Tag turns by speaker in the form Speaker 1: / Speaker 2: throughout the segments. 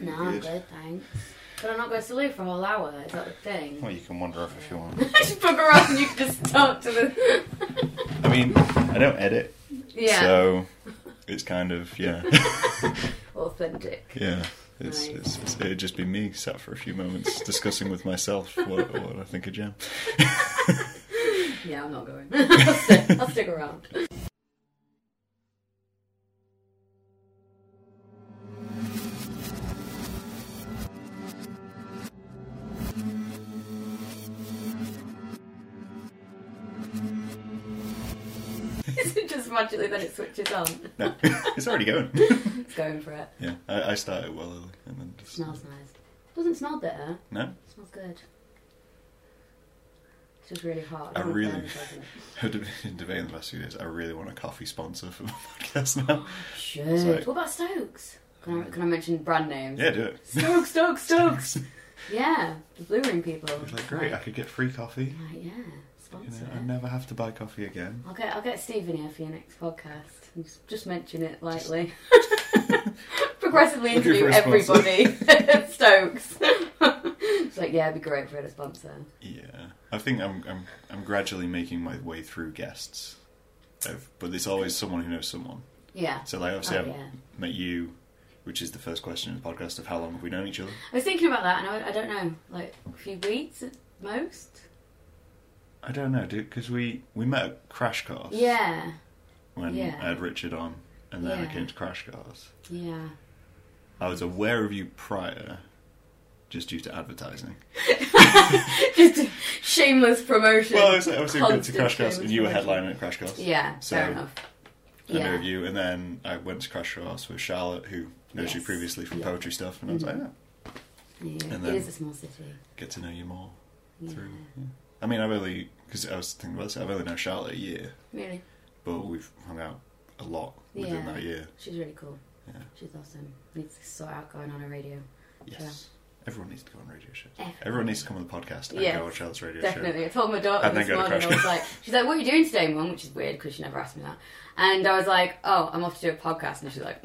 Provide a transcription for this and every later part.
Speaker 1: No, I'm
Speaker 2: Good.
Speaker 1: good, thanks. But I'm not going to sleep for a whole hour. Is that the thing?
Speaker 2: Well, you can wander off if you want.
Speaker 1: just bugger off and you can just talk to the.
Speaker 2: I mean, I don't edit,
Speaker 1: yeah.
Speaker 2: so it's kind of yeah,
Speaker 1: Authentic.
Speaker 2: yeah. It's,
Speaker 1: Right.
Speaker 2: it's, it's, it'd just be me sat for a few moments discussing with myself what, what I think of jam.
Speaker 1: Yeah, I'm not going. I'll, stick, I'll stick around. Is it just magically then it switches on?
Speaker 2: No, it's already going.
Speaker 1: It's going for it.
Speaker 2: Yeah, I, I started well early and then just
Speaker 1: Smells nice. Doesn't smell bitter.
Speaker 2: no.
Speaker 1: smells good. It's just really hot.
Speaker 2: I
Speaker 1: Everyone's
Speaker 2: really-
Speaker 1: nervous, isn't it?
Speaker 2: I've been debating the last few days. I really want a coffee sponsor for my podcast now.
Speaker 1: Should.
Speaker 2: Sorry.
Speaker 1: What about Stokes? Can I, can I mention brand names?
Speaker 2: Oh Yeah, do it.
Speaker 1: Stokes, Stokes, Stokes. yeah, the Blue Ring people.
Speaker 2: It's like great. I could get free coffee.
Speaker 1: Right, yeah,
Speaker 2: You
Speaker 1: sponsor
Speaker 2: know, I
Speaker 1: it.
Speaker 2: never have to buy coffee again.
Speaker 1: I'll get I'll get Stephen here for your next podcast. And just, just mention it lightly. Progressively
Speaker 2: Looking
Speaker 1: interview
Speaker 2: for a sponsor.
Speaker 1: everybody. Stokes. it's like yeah, it'd be great for a sponsor.
Speaker 2: Yeah, I think I'm I'm I'm gradually making my way through guests, I've, but there's always someone who knows someone.
Speaker 1: Yeah.
Speaker 2: So like obviously
Speaker 1: Oh,
Speaker 2: I've
Speaker 1: yeah.
Speaker 2: met you, which is the first question in the podcast of how long have we known each other?
Speaker 1: I was thinking about that, and I, I don't know, like a few weeks at most.
Speaker 2: I don't know, dude, because we we met at Crash Course.
Speaker 1: Yeah,
Speaker 2: When
Speaker 1: yeah.
Speaker 2: I had Richard on, and then I
Speaker 1: Yeah.
Speaker 2: came to Crash Course.
Speaker 1: yeah.
Speaker 2: I was aware of you prior, just due to advertising.
Speaker 1: Just shameless promotion.
Speaker 2: Well, it's like, obviously we went to
Speaker 1: Constant
Speaker 2: Crash Course,
Speaker 1: shameless
Speaker 2: and you were
Speaker 1: promotion.
Speaker 2: headlining at Crash Course.
Speaker 1: Yeah,
Speaker 2: So-
Speaker 1: fair enough.
Speaker 2: I know
Speaker 1: Yeah.
Speaker 2: of you, and then I went to Crash Course with Charlotte, who knows you
Speaker 1: Yes.
Speaker 2: previously from
Speaker 1: Yeah. Mm-hmm.
Speaker 2: poetry stuff, and I was like, "Oh, yeah,
Speaker 1: Yeah,
Speaker 2: And
Speaker 1: it
Speaker 2: then-
Speaker 1: is a small city.
Speaker 2: get to know you more
Speaker 1: Yeah.
Speaker 2: through. yeah. I mean, I've only because I was thinking about this, I've only known Charlotte a year,
Speaker 1: Really,
Speaker 2: but we've hung out a lot within
Speaker 1: Yeah.
Speaker 2: that year.
Speaker 1: she's really cool.
Speaker 2: Yeah.
Speaker 1: She's awesome. Needs to sort out going on a radio.
Speaker 2: Yes, everyone needs to go on radio shows.
Speaker 1: Everyone.
Speaker 2: Everyone needs to come on the podcast and
Speaker 1: Yes.
Speaker 2: go on Charlotte's radio
Speaker 1: Definitely. I told my daughter
Speaker 2: And then
Speaker 1: this
Speaker 2: go to
Speaker 1: morning. I
Speaker 2: Crash
Speaker 1: was
Speaker 2: Course.
Speaker 1: like, she's like, "What are you doing today, Mum?" Which is weird because she never asked me that. And I was like, "Oh, I'm off to do a podcast." And she's like,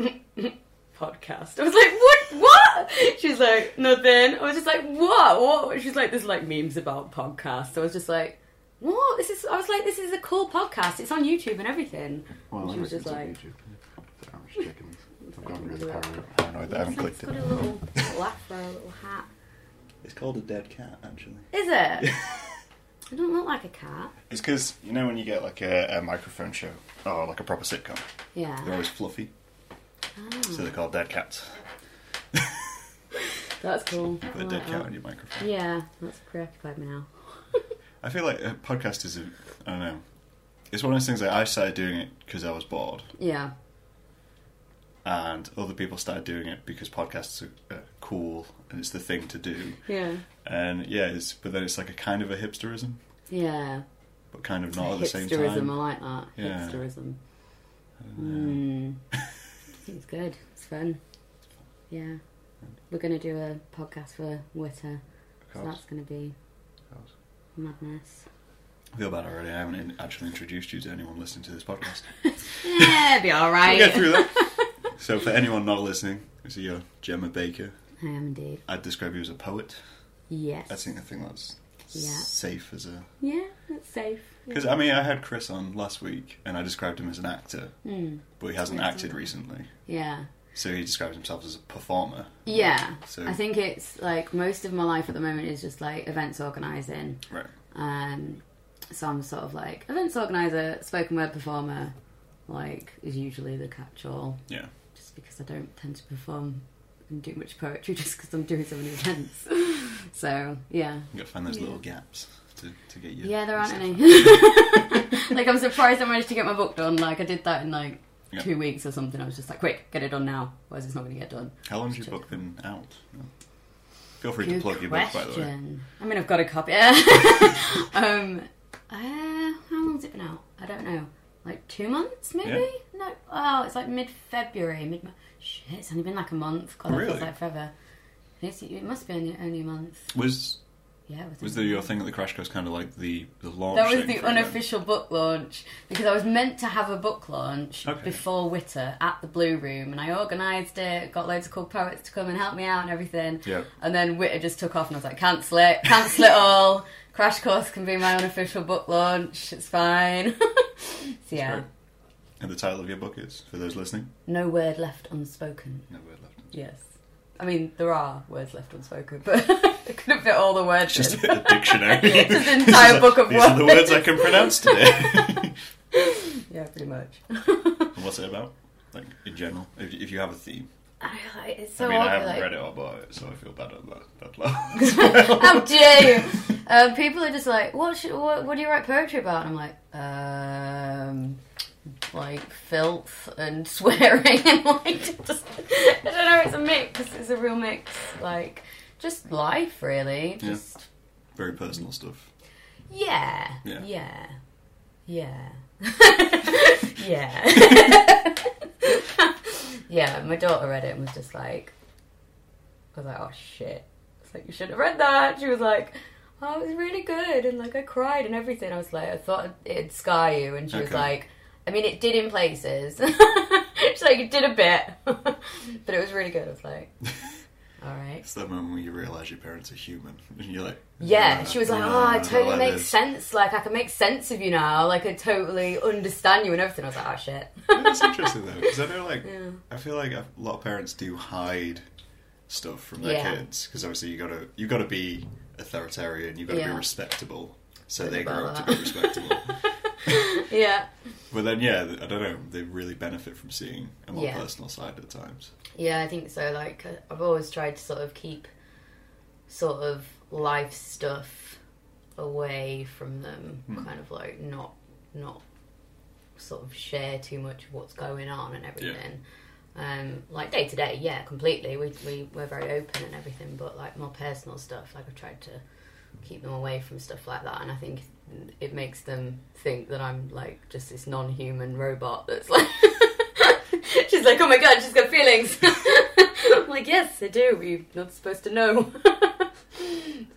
Speaker 1: "Podcast." I was like, "What? What?" She's like, "Nothing." I was just like, "What? What?" She's like, "There's like memes about podcasts." I was just like, "What? This is." I was like, "This is a cool podcast. It's on YouTube and everything."
Speaker 2: show.
Speaker 1: Well, She was just like-
Speaker 2: I'm just checking this. I've
Speaker 1: gone really paranoid.
Speaker 2: paranoid that I haven't
Speaker 1: It's
Speaker 2: clicked
Speaker 1: got
Speaker 2: it.
Speaker 1: a little, little afro, a little hat.
Speaker 2: It's called a dead cat, actually.
Speaker 1: Is it? I don't look like a cat.
Speaker 2: It's because you know when you get like a, a microphone show or like a proper sitcom, they're
Speaker 1: Yeah.
Speaker 2: always fluffy,
Speaker 1: Ah,
Speaker 2: so they're called dead cats.
Speaker 1: that's cool.
Speaker 2: Put a
Speaker 1: I
Speaker 2: dead
Speaker 1: like
Speaker 2: cat
Speaker 1: that.
Speaker 2: on your microphone.
Speaker 1: Yeah, that's preoccupied me now.
Speaker 2: I feel like a podcast is a I don't know. It's one of those things that I started doing it because I was bored,
Speaker 1: Yeah.
Speaker 2: and other people started doing it because podcasts are uh, cool and it's the thing to do.
Speaker 1: Yeah.
Speaker 2: And yeah, it's, but then it's like a kind of a hipsterism,
Speaker 1: Yeah.
Speaker 2: but kind of not at the same
Speaker 1: Hipsterism, I
Speaker 2: time.
Speaker 1: like that.
Speaker 2: Yeah.
Speaker 1: Hipsterism. Mm. it's good. It's fun. Yeah. We're going to do a podcast for Witter, so
Speaker 2: God,
Speaker 1: that's going to be
Speaker 2: God.
Speaker 1: madness.
Speaker 2: I feel bad already. I haven't in- actually introduced you to anyone listening to this podcast.
Speaker 1: Yeah, it'll be
Speaker 2: We'll get
Speaker 1: alright.
Speaker 2: through that. so, for anyone not listening, so you're Gemma Baker.
Speaker 1: I am indeed.
Speaker 2: I'd describe you as a poet.
Speaker 1: Yes.
Speaker 2: I think I think that's
Speaker 1: Yeah.
Speaker 2: safe as a
Speaker 1: yeah, that's safe.
Speaker 2: Because I mean, I had Chris on last week, and I described him as an actor,
Speaker 1: Mm.
Speaker 2: but he hasn't
Speaker 1: Yeah.
Speaker 2: acted recently,
Speaker 1: Yeah.
Speaker 2: so he describes himself as a performer.
Speaker 1: Yeah.
Speaker 2: So-
Speaker 1: I think it's like most of my life at the moment is just like events organising.
Speaker 2: Right.
Speaker 1: Um, so I'm sort of like events organizer, spoken word performer, like is usually the catch-all,
Speaker 2: Yeah.
Speaker 1: just because I don't tend to perform and do much poetry, just because I'm doing so many events. so yeah,
Speaker 2: You got to find those
Speaker 1: Yeah.
Speaker 2: little gaps to, to get you.
Speaker 1: yeah, there aren't
Speaker 2: stuff
Speaker 1: any.
Speaker 2: out.
Speaker 1: like I'm surprised I managed to get my book done. Like I did that in like
Speaker 2: Yeah.
Speaker 1: two weeks or something. I was just like, quick, get it done now, otherwise it's not going to get done.
Speaker 2: How long's your book been out? No. Feel free to
Speaker 1: Good
Speaker 2: plug your book, by the way.
Speaker 1: question. I mean, I've got a copy. Yeah. um, uh, how long's it been out? I don't know. Like two months, maybe? No. Oh, it's like mid February. Mid. Shit, it's only been like a month. God, that
Speaker 2: Really?
Speaker 1: feels like forever. It's, it must be only, only a month.
Speaker 2: Was
Speaker 1: Yeah. Within
Speaker 2: Was there your thing at the Crash Course kind of like the the launch?
Speaker 1: That was
Speaker 2: thing
Speaker 1: the
Speaker 2: for them?
Speaker 1: unofficial book launch because I was meant to have a book launch
Speaker 2: Okay.
Speaker 1: before Witter at the Blue Room, and I organised it. Got loads of cool poets to come and help me out and everything.
Speaker 2: Yeah.
Speaker 1: And then Witter just took off, and I was like, cancel it, cancel it all. Crash Course can be my unofficial book launch. It's fine. so yeah,
Speaker 2: Sorry. And the title of your book is for those listening.
Speaker 1: no word left unspoken.
Speaker 2: No word left.
Speaker 1: Yes. I mean, there are words left unspoken, but I couldn't fit all the words.
Speaker 2: It's just
Speaker 1: in.
Speaker 2: a dictionary.
Speaker 1: Just an
Speaker 2: It's
Speaker 1: entire
Speaker 2: like,
Speaker 1: book of
Speaker 2: These are the
Speaker 1: words."
Speaker 2: words I can pronounce today.
Speaker 1: yeah, pretty much.
Speaker 2: And What's it about? Like in general, if, if you have a theme.
Speaker 1: I, like, it's so
Speaker 2: I mean,
Speaker 1: awkward,
Speaker 2: I haven't
Speaker 1: like-
Speaker 2: read it or bought it, so I feel bad about that. that lot.
Speaker 1: How dare you? Um, people are just like, what, should, what? What do you write poetry about? And I'm like, um, like filth and swearing and like just. I don't know. It's a mix. It's a real mix. Like just life, really.
Speaker 2: Yeah.
Speaker 1: Just
Speaker 2: Very personal stuff.
Speaker 1: yeah,
Speaker 2: Yeah.
Speaker 1: yeah, yeah, yeah. Yeah, My daughter read it and was just like, I was like, oh shit. It's like you should have read that. She was like. Oh, it was really good, and like I cried and everything. I was like, I thought it'd scar you, and she was
Speaker 2: Okay.
Speaker 1: like, I mean, it did in places. She's like, it did a bit, but it was really good. I was like, all right.
Speaker 2: It's that moment when you realise your parents are human, and you're like,
Speaker 1: Yeah,
Speaker 2: "Ah,
Speaker 1: she was like,
Speaker 2: ah,
Speaker 1: "Oh,
Speaker 2: I
Speaker 1: it totally
Speaker 2: like
Speaker 1: makes
Speaker 2: this."
Speaker 1: sense. Like, I can make sense of you now. Like, I totally understand you and everything." I was like, "Oh shit."
Speaker 2: That's interesting though, because I know like
Speaker 1: Yeah.
Speaker 2: I feel like a lot of parents do hide stuff from their
Speaker 1: Yeah.
Speaker 2: kids because obviously you gotta you gotta be authoritarian, you gotta
Speaker 1: Yeah.
Speaker 2: be respectable, so
Speaker 1: Don't
Speaker 2: they
Speaker 1: know
Speaker 2: grow
Speaker 1: about
Speaker 2: up to
Speaker 1: that.
Speaker 2: be respectable.
Speaker 1: yeah,
Speaker 2: but then yeah, I don't know, they really benefit from seeing a more
Speaker 1: Yeah.
Speaker 2: personal side at times.
Speaker 1: yeah, I think so. Like, uh, I've always tried to sort of keep sort of life stuff away from them,
Speaker 2: Hmm.
Speaker 1: kind of like not not sort of share too much of what's going on and everything. Um, like day to day, yeah, completely. We we we're very open and everything, but like more personal stuff, like I've tried to keep them away from stuff like that, and I think it makes them think that I'm like just this non-human robot that's like. She's like, oh my god, she's got feelings. I'm like, yes, I do. But you're not supposed to know.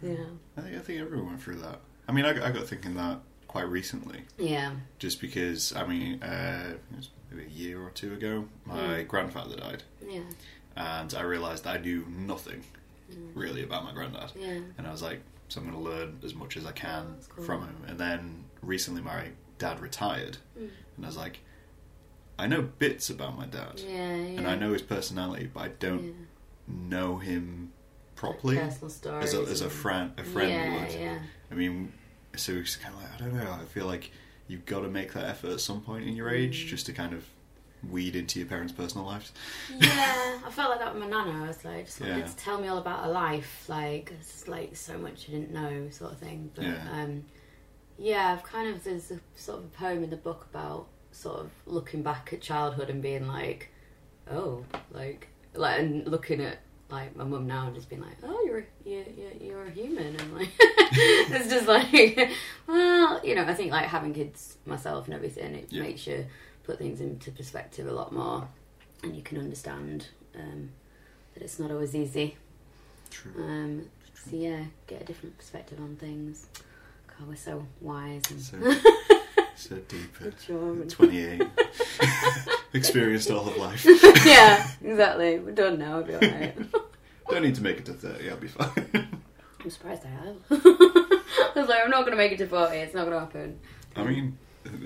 Speaker 1: yeah,
Speaker 2: I think I think everyone went through that. I mean, I, got- I got thinking that quite recently,
Speaker 1: yeah.
Speaker 2: just because I mean, uh, it was maybe a year or two ago, my
Speaker 1: Mm.
Speaker 2: grandfather died,
Speaker 1: Yeah,
Speaker 2: and I realised I knew nothing
Speaker 1: Mm.
Speaker 2: really about my granddad.
Speaker 1: yeah,
Speaker 2: and I was like, so I'm going to learn as much as I can
Speaker 1: That's cool.
Speaker 2: from him. And then recently, my dad retired,
Speaker 1: Mm.
Speaker 2: and I was like, I know bits about my dad,
Speaker 1: yeah, yeah.
Speaker 2: and I know his personality, but I don't
Speaker 1: Yeah.
Speaker 2: know him properly
Speaker 1: Personal stories.
Speaker 2: as a as a
Speaker 1: and-
Speaker 2: friend a friend
Speaker 1: yeah,
Speaker 2: would.
Speaker 1: Yeah,
Speaker 2: I mean, so it's kind of like I don't know. I feel like you've got to make that effort at some point in your age, just to kind of weed into your parents' personal lives.
Speaker 1: yeah. I felt like that with my nana. I was like, just wanted
Speaker 2: Yeah.
Speaker 1: to tell me all about her life, like it's just, like so much I didn't know, sort of thing. But
Speaker 2: Yeah.
Speaker 1: um, yeah, I've kind of there's a sort of a poem in the book about sort of looking back at childhood and being like, oh, like like and looking at like my mum now and just being like, oh, you're a, you're, you're- you're a human, and like it's just like, well, you know, I think like having kids myself and everything, it
Speaker 2: Yeah.
Speaker 1: makes you put things into perspective a lot more, and you can understand um, that it's not always easy.
Speaker 2: True.
Speaker 1: Um, so yeah, get a different perspective on things. God, we're so wise and
Speaker 2: So, so deep. at-
Speaker 1: mature.
Speaker 2: at
Speaker 1: and-
Speaker 2: 28. Experienced all of life.
Speaker 1: yeah, exactly. We're done now. I'll be alright.
Speaker 2: Don't need to make it to 30, I'll be fine.
Speaker 1: I'm surprised I have. I was like, I'm not gonna make it to forty. It's not gonna happen.
Speaker 2: I mean,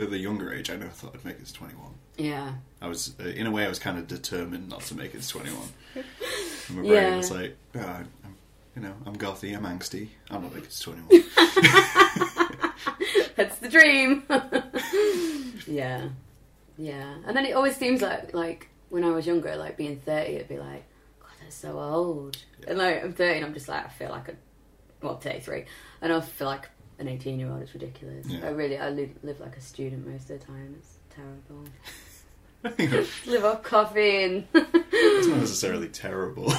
Speaker 2: at the younger age, I never thought I'd make it to 21.
Speaker 1: Yeah.
Speaker 2: I was, uh, in a way, I was kind of determined not to make it to 21. And my brain
Speaker 1: Yeah.
Speaker 2: was like, oh, I'm, you know, I'm gothy, I'm angsty, i will not make it to 21.
Speaker 1: That's the dream. yeah, yeah. And then it always seems like like when I was younger, like being thirty, it'd be like, God, that's so old. And like I'm thirty, and I'm just like, I feel like a well, thirty three, and I feel like an eighteen year old. It's ridiculous.
Speaker 2: Yeah.
Speaker 1: I really, I live, live like a student most of the time. It's terrible.
Speaker 2: I think that's
Speaker 1: live off coffee and.
Speaker 2: not necessarily terrible.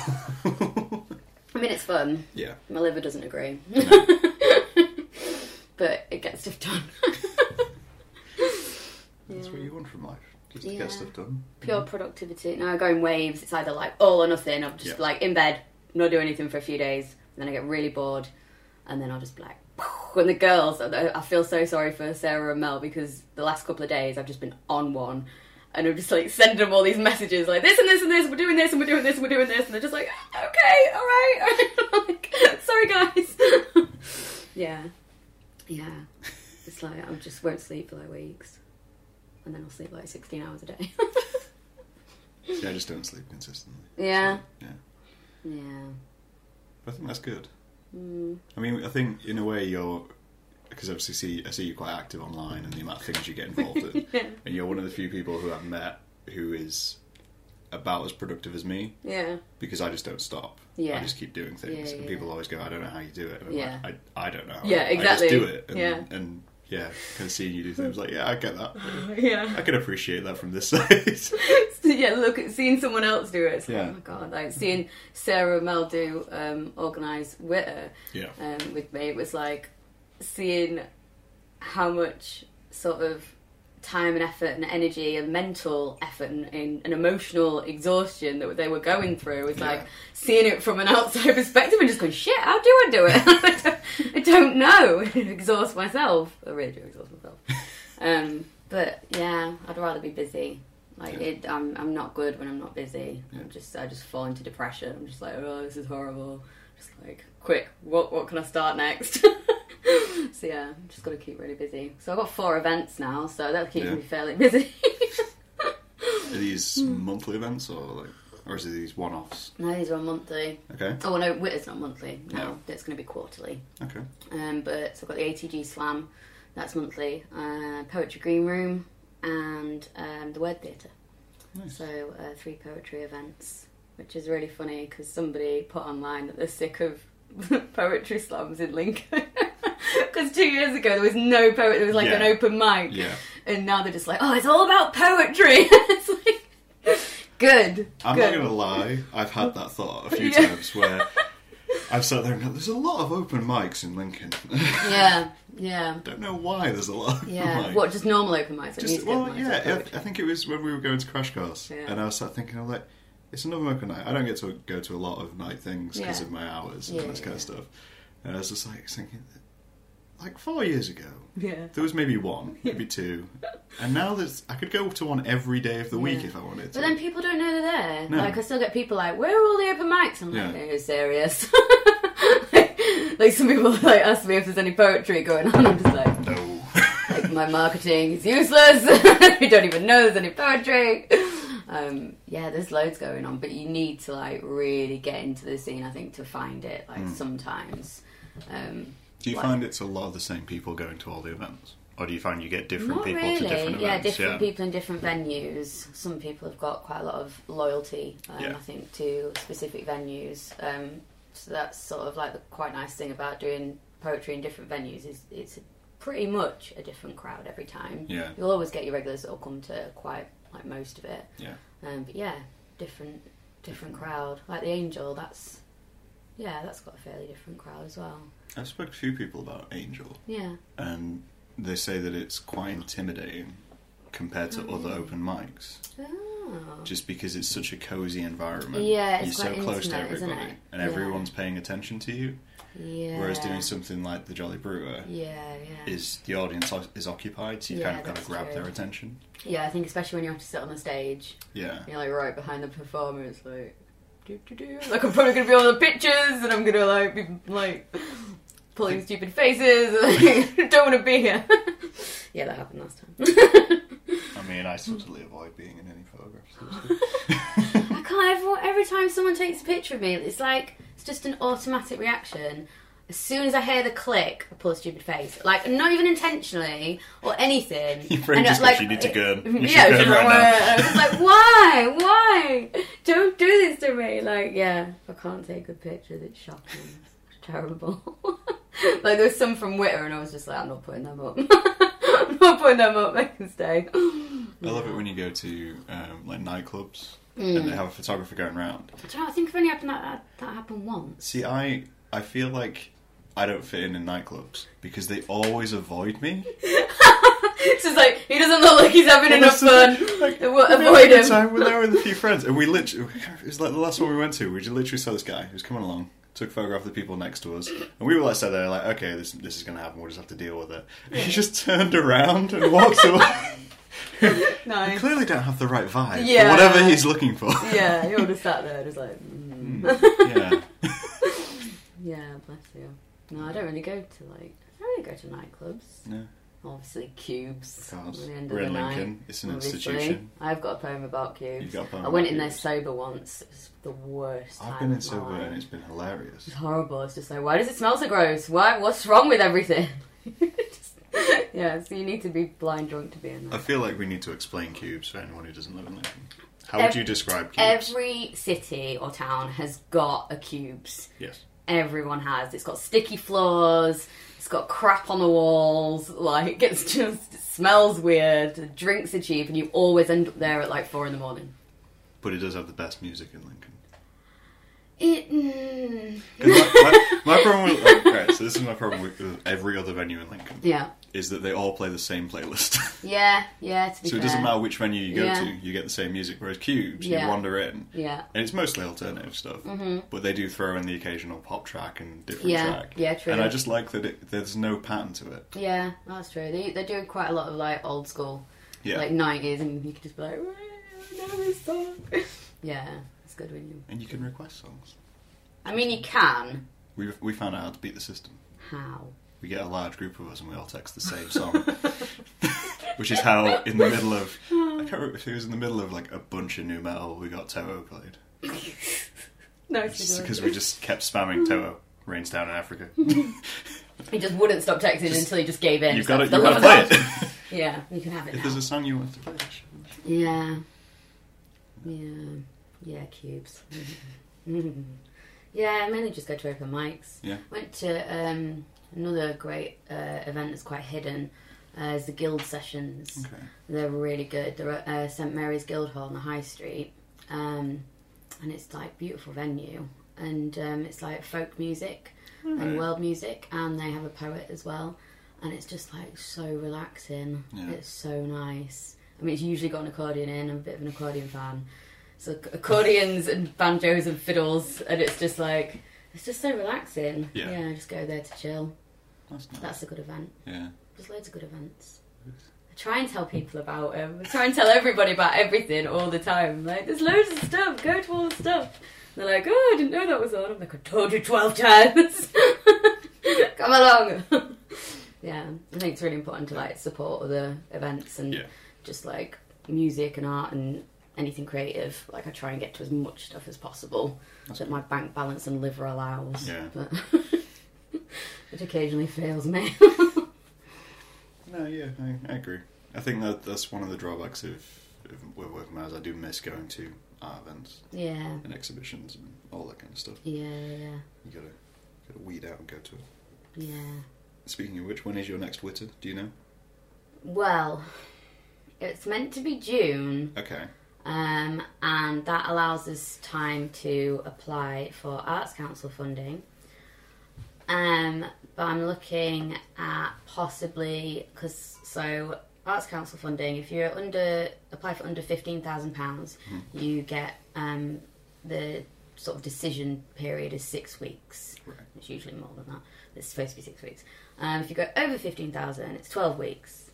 Speaker 1: I mean, it's fun.
Speaker 2: yeah.
Speaker 1: My liver doesn't agree, but it gets stuff done.
Speaker 2: That's
Speaker 1: Yeah.
Speaker 2: what you want from life. Just to
Speaker 1: Yeah.
Speaker 2: get stuff done.
Speaker 1: pure productivity. Now I go in waves. It's either like all or nothing. I'm just
Speaker 2: Yeah.
Speaker 1: like in bed, not do anything for a few days, and then I get really bored, and then I'll just be like, and the girls, I I feel so sorry for Sarah and Mel because the last couple of days I've just been on one, and I'm just like sending them all these messages like this and this and this, we're doing this and we're doing this and we're doing this, and they're just like, "Ah, okay, all right, like, sorry guys, yeah, yeah, it's like I just won't sleep for like weeks, and then I'll sleep like 16 hours a day.
Speaker 2: Yeah, I just don't sleep consistently.
Speaker 1: yeah,
Speaker 2: Yeah.
Speaker 1: yeah,
Speaker 2: But I think that's good.
Speaker 1: mm,
Speaker 2: I mean, I think in a way you're because obviously see, I see you quite active online and the amount of things you get involved in,
Speaker 1: yeah,
Speaker 2: and you're one of the few people who I've met who is about as productive as me
Speaker 1: yeah,
Speaker 2: because I just don't stop. I
Speaker 1: Yeah.
Speaker 2: just keep doing things,
Speaker 1: Yeah,
Speaker 2: and
Speaker 1: yeah,
Speaker 2: people always go, "I don't know how you do it." And I'm
Speaker 1: Yeah.
Speaker 2: like, I, I don't know.
Speaker 1: Yeah, exactly.
Speaker 2: I just do it. And,
Speaker 1: Yeah.
Speaker 2: and yeah, kind of seeing you do things like, yeah, I get that.
Speaker 1: yeah.
Speaker 2: I can appreciate that from this side.
Speaker 1: So, yeah, look, at seeing someone else do it. It's like,
Speaker 2: Yeah.
Speaker 1: oh my god, like seeing Sarah Mel do um, organize Witter
Speaker 2: yeah,
Speaker 1: um, with me it was like seeing how much sort of time and effort and energy and mental effort and, and, and emotional exhaustion that they were going through was like
Speaker 2: Yeah.
Speaker 1: seeing it from an outside perspective and just going shit how do i do it i don't know exhaust myself i really do exhaust myself um, but yeah i'd rather be busy like
Speaker 2: Yeah.
Speaker 1: it, I'm, I'm not good when i'm not busy
Speaker 2: Yeah.
Speaker 1: i'm just i just fall into depression i'm just like oh this is horrible just like quick what what can i start next so yeah i'm just got to keep really busy so i've got four events now so that keeps
Speaker 2: Yeah.
Speaker 1: me fairly busy
Speaker 2: are these
Speaker 1: Hmm.
Speaker 2: monthly events or like, or is it these one-offs?
Speaker 1: no these are on monthly
Speaker 2: Okay,
Speaker 1: oh well, no Witter's not monthly now
Speaker 2: No.
Speaker 1: it's going to be quarterly
Speaker 2: okay,
Speaker 1: um, but so i've got the atg slam that's monthly uh, poetry green room and um, the word theatre
Speaker 2: nice.
Speaker 1: So uh, three poetry events, which is really funny because somebody put online that they're sick of poetry slams in Lincoln. Because two years ago there was no poet, there was like an
Speaker 2: Yeah.
Speaker 1: open mic,
Speaker 2: Yeah.
Speaker 1: and now they're just like, oh, it's all about poetry. it's like good.
Speaker 2: I'm
Speaker 1: good.
Speaker 2: not gonna lie, I've had that thought a few
Speaker 1: Yeah.
Speaker 2: times where I've sat there and gone, there's a lot of open mics in Lincoln.
Speaker 1: Yeah, yeah,
Speaker 2: Don't know why there's a lot of open
Speaker 1: yeah.
Speaker 2: mics.
Speaker 1: What just normal open mics? like
Speaker 2: Just
Speaker 1: music open
Speaker 2: well,
Speaker 1: mics,
Speaker 2: yeah.
Speaker 1: like
Speaker 2: I,
Speaker 1: poetry?
Speaker 2: I think it was when we were going to crash course,
Speaker 1: Yeah.
Speaker 2: and I was sat thinking, I'm like, it's another open night. I don't get to go to a lot of night things because
Speaker 1: Yeah.
Speaker 2: of my hours
Speaker 1: Yeah,
Speaker 2: and this kind
Speaker 1: yeah.
Speaker 2: of stuff. And I was just like thinking, like four years ago,
Speaker 1: yeah.
Speaker 2: there was maybe one, maybe two, and now there's I could go to one every day of the week
Speaker 1: Yeah.
Speaker 2: if I wanted to.
Speaker 1: But then people don't know they're there.
Speaker 2: No.
Speaker 1: Like I still get people like, "Where are all the open mics?" I'm like,
Speaker 2: Yeah.
Speaker 1: "Are you serious?" like, some people like ask me if there's any poetry going on. I'm just like,
Speaker 2: no.
Speaker 1: like my marketing is useless. you don't even know there's any poetry. Um, yeah, there's loads going on, but you need to like really get into the scene. I think to find it like
Speaker 2: Hmm.
Speaker 1: sometimes. Um,
Speaker 2: Do you
Speaker 1: Like-
Speaker 2: find it's a lot of the same people going to all the events? Or do you find you get different
Speaker 1: Not
Speaker 2: people
Speaker 1: really.
Speaker 2: to different
Speaker 1: yeah,
Speaker 2: events?
Speaker 1: different people in different venues. Some people have got quite a lot of loyalty, um,
Speaker 2: Yeah.
Speaker 1: I think, to specific venues. Um, so that's sort of like the quite nice thing about doing poetry in different venues is it's pretty much a different crowd every time.
Speaker 2: Yeah.
Speaker 1: You'll always get your regulars that'll come to quite like most of it.
Speaker 2: Yeah.
Speaker 1: Um, but yeah, different different crowd. Like the Angel, that's yeah, that's got a fairly different crowd as well.
Speaker 2: I've spoken to a few people about Angel,
Speaker 1: Yeah.
Speaker 2: and they say that it's
Speaker 1: Hmm.
Speaker 2: quite intimidating compared to other open mics,
Speaker 1: Oh.
Speaker 2: just because it's such a cozy environment.
Speaker 1: Yeah, it's
Speaker 2: You're so
Speaker 1: quite
Speaker 2: close
Speaker 1: intimate,
Speaker 2: to
Speaker 1: isn't
Speaker 2: everybody,
Speaker 1: it?
Speaker 2: and
Speaker 1: Yeah.
Speaker 2: everyone's paying attention to you.
Speaker 1: Oh, Yeah.
Speaker 2: Whereas doing something like the Jolly Brewer
Speaker 1: Yeah, yeah.
Speaker 2: is the audience o- is occupied, so you
Speaker 1: Yeah,
Speaker 2: kind of got to
Speaker 1: that's
Speaker 2: grab
Speaker 1: true.
Speaker 2: their attention.
Speaker 1: Yeah, I think especially when you have to sit on the stage,
Speaker 2: Yeah,
Speaker 1: you're like right behind the performer. It's like, do, do, do. like I'm probably gonna be on the pictures, and I'm gonna like be like pulling stupid faces. and don't want to be here. yeah, that happened last time.
Speaker 2: I mean, I totally avoid being in any photographs.
Speaker 1: I can't. Every, every time someone takes a picture of me, it's like it's just an automatic reaction. As soon as I hear the click, I pull a stupid face. Like not even intentionally or anything.
Speaker 2: Your brain
Speaker 1: And,
Speaker 2: just
Speaker 1: like,
Speaker 2: goes, "You need to
Speaker 1: it-
Speaker 2: go. You
Speaker 1: yeah,
Speaker 2: should go
Speaker 1: it's just like, "Wah." I was just like,
Speaker 2: right now."
Speaker 1: why, why? Don't do this to me. Like, yeah, I can't take good pictures. It's shocking. It's terrible. like there was some from Witter, and I was just like, I'm not putting them up. I'm not putting them up. They can stay.
Speaker 2: I love it when you go to um, like nightclubs
Speaker 1: Hmm.
Speaker 2: and they have a photographer going round.
Speaker 1: Do you know, I think I've only happened that, that, that happened once.
Speaker 2: See, I I feel like I don't fit in in nightclubs because they always avoid me.
Speaker 1: It's just like he doesn't look like he's having enough fun.
Speaker 2: Well, that's the thing, like,
Speaker 1: We'll
Speaker 2: we had a
Speaker 1: avoid
Speaker 2: good
Speaker 1: him.
Speaker 2: Time, we were there with a few friends, and we literally it was like the last one we went to. We just literally saw this guy who was coming along, took a photograph of the people next to us, and we were like sat there like, okay, this this is gonna happen. We'll just have to deal with it. And He just turned around and walked away.
Speaker 1: No.
Speaker 2: You clearly don't have the right vibe. for
Speaker 1: Yeah.
Speaker 2: whatever he's looking for.
Speaker 1: yeah, you would have sat there just like. Mm.
Speaker 2: Mm, yeah.
Speaker 1: Yeah, bless you. No, I don't really go to like. I don't really go to nightclubs.
Speaker 2: No.
Speaker 1: Obviously, cubes.
Speaker 2: Of course.
Speaker 1: at the end
Speaker 2: We're
Speaker 1: of
Speaker 2: in
Speaker 1: the
Speaker 2: Lincoln.
Speaker 1: night,
Speaker 2: It's an
Speaker 1: obviously.
Speaker 2: institution.
Speaker 1: I've got a poem about cubes.
Speaker 2: You've got a poem
Speaker 1: I went
Speaker 2: about
Speaker 1: in there
Speaker 2: cubes.
Speaker 1: sober once. It was the worst.
Speaker 2: I've
Speaker 1: time
Speaker 2: been in
Speaker 1: of my
Speaker 2: sober
Speaker 1: life.
Speaker 2: and it's been hilarious.
Speaker 1: It's horrible. It's just like, why does it smell so gross? Why? What's wrong with everything? Just- yeah, so you need to be blind drunk to be in
Speaker 2: I
Speaker 1: there.
Speaker 2: feel like we need to explain cubes for anyone who doesn't live in Lincoln. How would
Speaker 1: Ev-
Speaker 2: you describe cubes?
Speaker 1: Every city or town has got a cubes.
Speaker 2: yes.
Speaker 1: Everyone has. It's got sticky floors. It's got crap on the walls. Like it's just it smells weird. The drinks are cheap, and you always end up there at like four in the morning.
Speaker 2: But it does have the best music in Lincoln.
Speaker 1: It. Mm,
Speaker 2: 'Cause My, my, my problem with like, right, so this is my problem with, with every other venue in Lincoln
Speaker 1: yeah,
Speaker 2: is that they all play the same playlist.
Speaker 1: yeah, yeah. To be
Speaker 2: so it
Speaker 1: fair.
Speaker 2: doesn't matter which venue you go
Speaker 1: Yeah.
Speaker 2: to, you get the same music. Whereas cubes,
Speaker 1: Yeah.
Speaker 2: you wander in,
Speaker 1: Yeah,
Speaker 2: and it's mostly alternative stuff. But they do throw in the occasional pop track and different
Speaker 1: Yeah.
Speaker 2: track.
Speaker 1: Yeah, true.
Speaker 2: And I just like that it, there's no pattern to it.
Speaker 1: yeah. That's true. They they do quite a lot of like old school,
Speaker 2: Yeah.
Speaker 1: like nineties, and you can just be like, "Wah, I know this song. yeah, it's good when you.
Speaker 2: and you can request songs.
Speaker 1: I mean, you can.
Speaker 2: We we found out how to beat the system.
Speaker 1: How?
Speaker 2: We get a large group of us and we all text the same song. Which is how, in the middle of, I can't remember if it was in the middle of like a bunch of new metal, we got Toho played.
Speaker 1: No, it's
Speaker 2: Just
Speaker 1: not.
Speaker 2: because we just kept spamming Toho, Rains Down in Africa.
Speaker 1: He just wouldn't stop texting
Speaker 2: Just-
Speaker 1: until he just gave in.
Speaker 2: You've
Speaker 1: So
Speaker 2: got to,
Speaker 1: that's the
Speaker 2: you've got to
Speaker 1: love
Speaker 2: play
Speaker 1: of
Speaker 2: it.
Speaker 1: that. Yeah, you can have it
Speaker 2: if
Speaker 1: now.
Speaker 2: there's a song you want to play, just-
Speaker 1: Yeah. Yeah. Yeah, cubes. Mhm. yeah, I mainly just go to open mics.
Speaker 2: Yeah.
Speaker 1: Went to um, another great uh, event that's quite hidden. Uh, is the guild sessions.
Speaker 2: okay.
Speaker 1: They're really good. They're at uh, St Mary's Guildhall on the High Street, um, and it's like beautiful venue, and um, it's like folk music and
Speaker 2: Right.
Speaker 1: world music, and they have a poet as well, and it's just like so relaxing.
Speaker 2: Yeah.
Speaker 1: It's so nice. I mean, it's usually got an accordion in. I'm a bit of an accordion fan, so ac- accordions and banjos and fiddles, and it's just like it's just so relaxing.
Speaker 2: Yeah.
Speaker 1: yeah I just go there to chill.
Speaker 2: That's nice.
Speaker 1: That's a good event.
Speaker 2: yeah.
Speaker 1: There's loads of good events. I try and tell people about them. I try and tell everybody about everything all the time. Like, there's loads of stuff. Go to all the stuff. And they're like, oh, I didn't know that was on. I'm like, I told you 12 times. Come along. yeah, I think it's really important to, like, support other events and
Speaker 2: Yeah.
Speaker 1: just, like, music and art and anything creative. Like, I try and get to as much stuff as possible that my bank balance and liver allows.
Speaker 2: Yeah.
Speaker 1: But it occasionally fails me.
Speaker 2: No, yeah, I, I agree. I think that that's one of the drawbacks of, of working as I do miss going to art events
Speaker 1: yeah.
Speaker 2: and exhibitions and all that kind of stuff.
Speaker 1: Yeah, yeah,
Speaker 2: You gotta gotta weed out and go to it.
Speaker 1: yeah.
Speaker 2: Speaking of which, when is your next Witter? Do you know?
Speaker 1: Well, it's meant to be June,
Speaker 2: Okay.
Speaker 1: um, and that allows us time to apply for Arts Council funding. Um, but I'm looking at possibly because so Arts Council funding. If you're under apply for under fifteen thousand pounds, you get um, the sort of decision period is six weeks.
Speaker 2: Right.
Speaker 1: It's usually more than that. It's supposed to be six weeks. Um, if you go over 15,000, it's 12 weeks.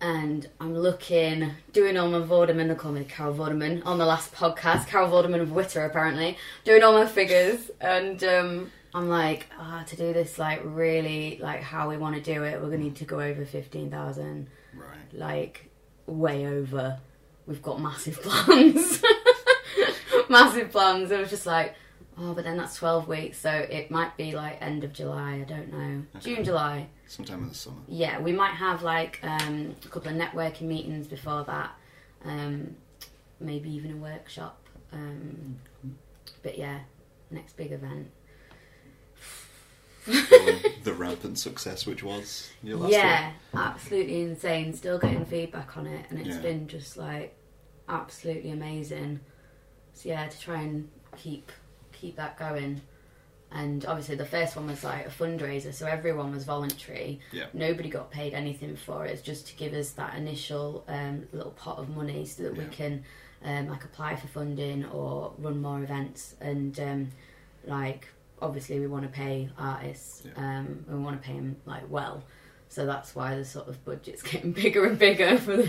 Speaker 1: And I'm looking, doing all my Vorderman, I call me Carol Vorderman, on the last podcast, Carol Vorderman of Witter apparently, doing all my figures. And um, I'm like, ah, to do this, like, really, like, how we want to do it, we're going to need to go over 15,000,
Speaker 2: Right.
Speaker 1: like, way over. We've got massive plans. massive plans. And I was just like, Oh, but then that's 12 weeks, so it might be like end of July, I don't know.
Speaker 2: Okay.
Speaker 1: June, July.
Speaker 2: Sometime in the summer.
Speaker 1: Yeah, we might have like um, a couple of networking meetings before that, um, maybe even a workshop. Um, but yeah, next big event.
Speaker 2: Or the rampant success which was your last
Speaker 1: yeah, absolutely insane. Still getting feedback on it, and it's
Speaker 2: Yeah.
Speaker 1: been just like absolutely amazing. So yeah, to try and keep keep that going. And obviously, the first one was like a fundraiser, so everyone was voluntary.
Speaker 2: Yeah.
Speaker 1: Nobody got paid anything for it. It's just to give us that initial um, little pot of money so that we
Speaker 2: Yeah.
Speaker 1: can um, like apply for funding or run more events and um, like obviously we want to pay artists,
Speaker 2: Yeah.
Speaker 1: um, we want to pay them like well. So that's why the sort of budget's getting bigger and bigger for the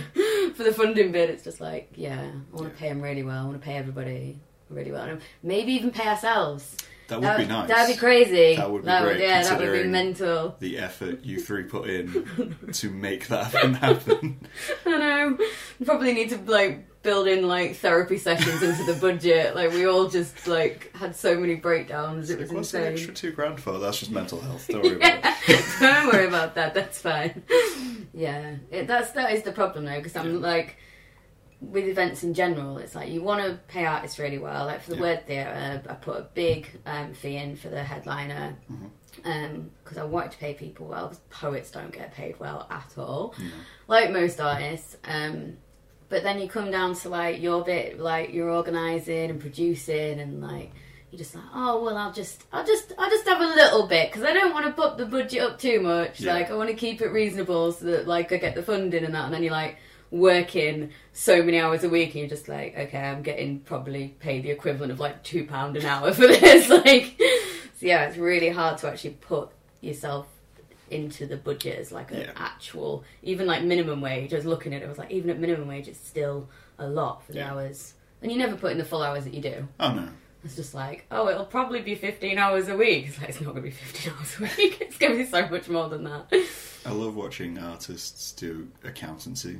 Speaker 1: for the funding bit. It's just like, yeah, I want to 'em
Speaker 2: Yeah.
Speaker 1: pay them really well. I want to pay everybody really well, and maybe even pay ourselves.
Speaker 2: That would be nice.
Speaker 1: That'd be crazy.
Speaker 2: That would be great,
Speaker 1: yeah, that would be
Speaker 2: considering-
Speaker 1: mental.
Speaker 2: the effort you three put in to make that happen.
Speaker 1: I know. We Probably need to like build in like therapy sessions into the budget. Like we all just like had so many breakdowns. It was
Speaker 2: What's an
Speaker 1: insane.
Speaker 2: extra two grand for? That's just mental health. Don't worry about it.
Speaker 1: Don't worry about that. That's fine. Yeah, it, that's that is the problem though, because I'm
Speaker 2: Yeah.
Speaker 1: like with events in general, it's like you want to pay artists really well. Like for the
Speaker 2: Yeah.
Speaker 1: Word Theatre, I put a big um, fee in for the headliner
Speaker 2: Mhm.
Speaker 1: because I wanted to pay people well. 'cause poets don't get paid well at all,
Speaker 2: No.
Speaker 1: like most artists. Um, but then you come down to like your bit, like you're organising and producing and like you're just like, oh well, I'll just, I'll just, I'll just have a little bit because I don't want to put the budget up too much.
Speaker 2: Yeah.
Speaker 1: Like I want to keep it reasonable so that like I get the funding and that. And then you're like working so many hours a week and you're just like, okay, I'm getting probably paid the equivalent of like two pound an hour for this. like, so yeah, it's really hard to actually put yourself into the budget as like an
Speaker 2: Yeah.
Speaker 1: actual, even like minimum wage. I was looking at it, I was like, even at minimum wage, it's still a lot for the
Speaker 2: Yeah.
Speaker 1: hours. And you never put in the full hours that you do.
Speaker 2: Oh no.
Speaker 1: It's just like, oh, it'll probably be 15 hours a week. It's like, it's not going to be 15 hours a week. It's going to be so much more than that.
Speaker 2: I love watching artists do accountancy.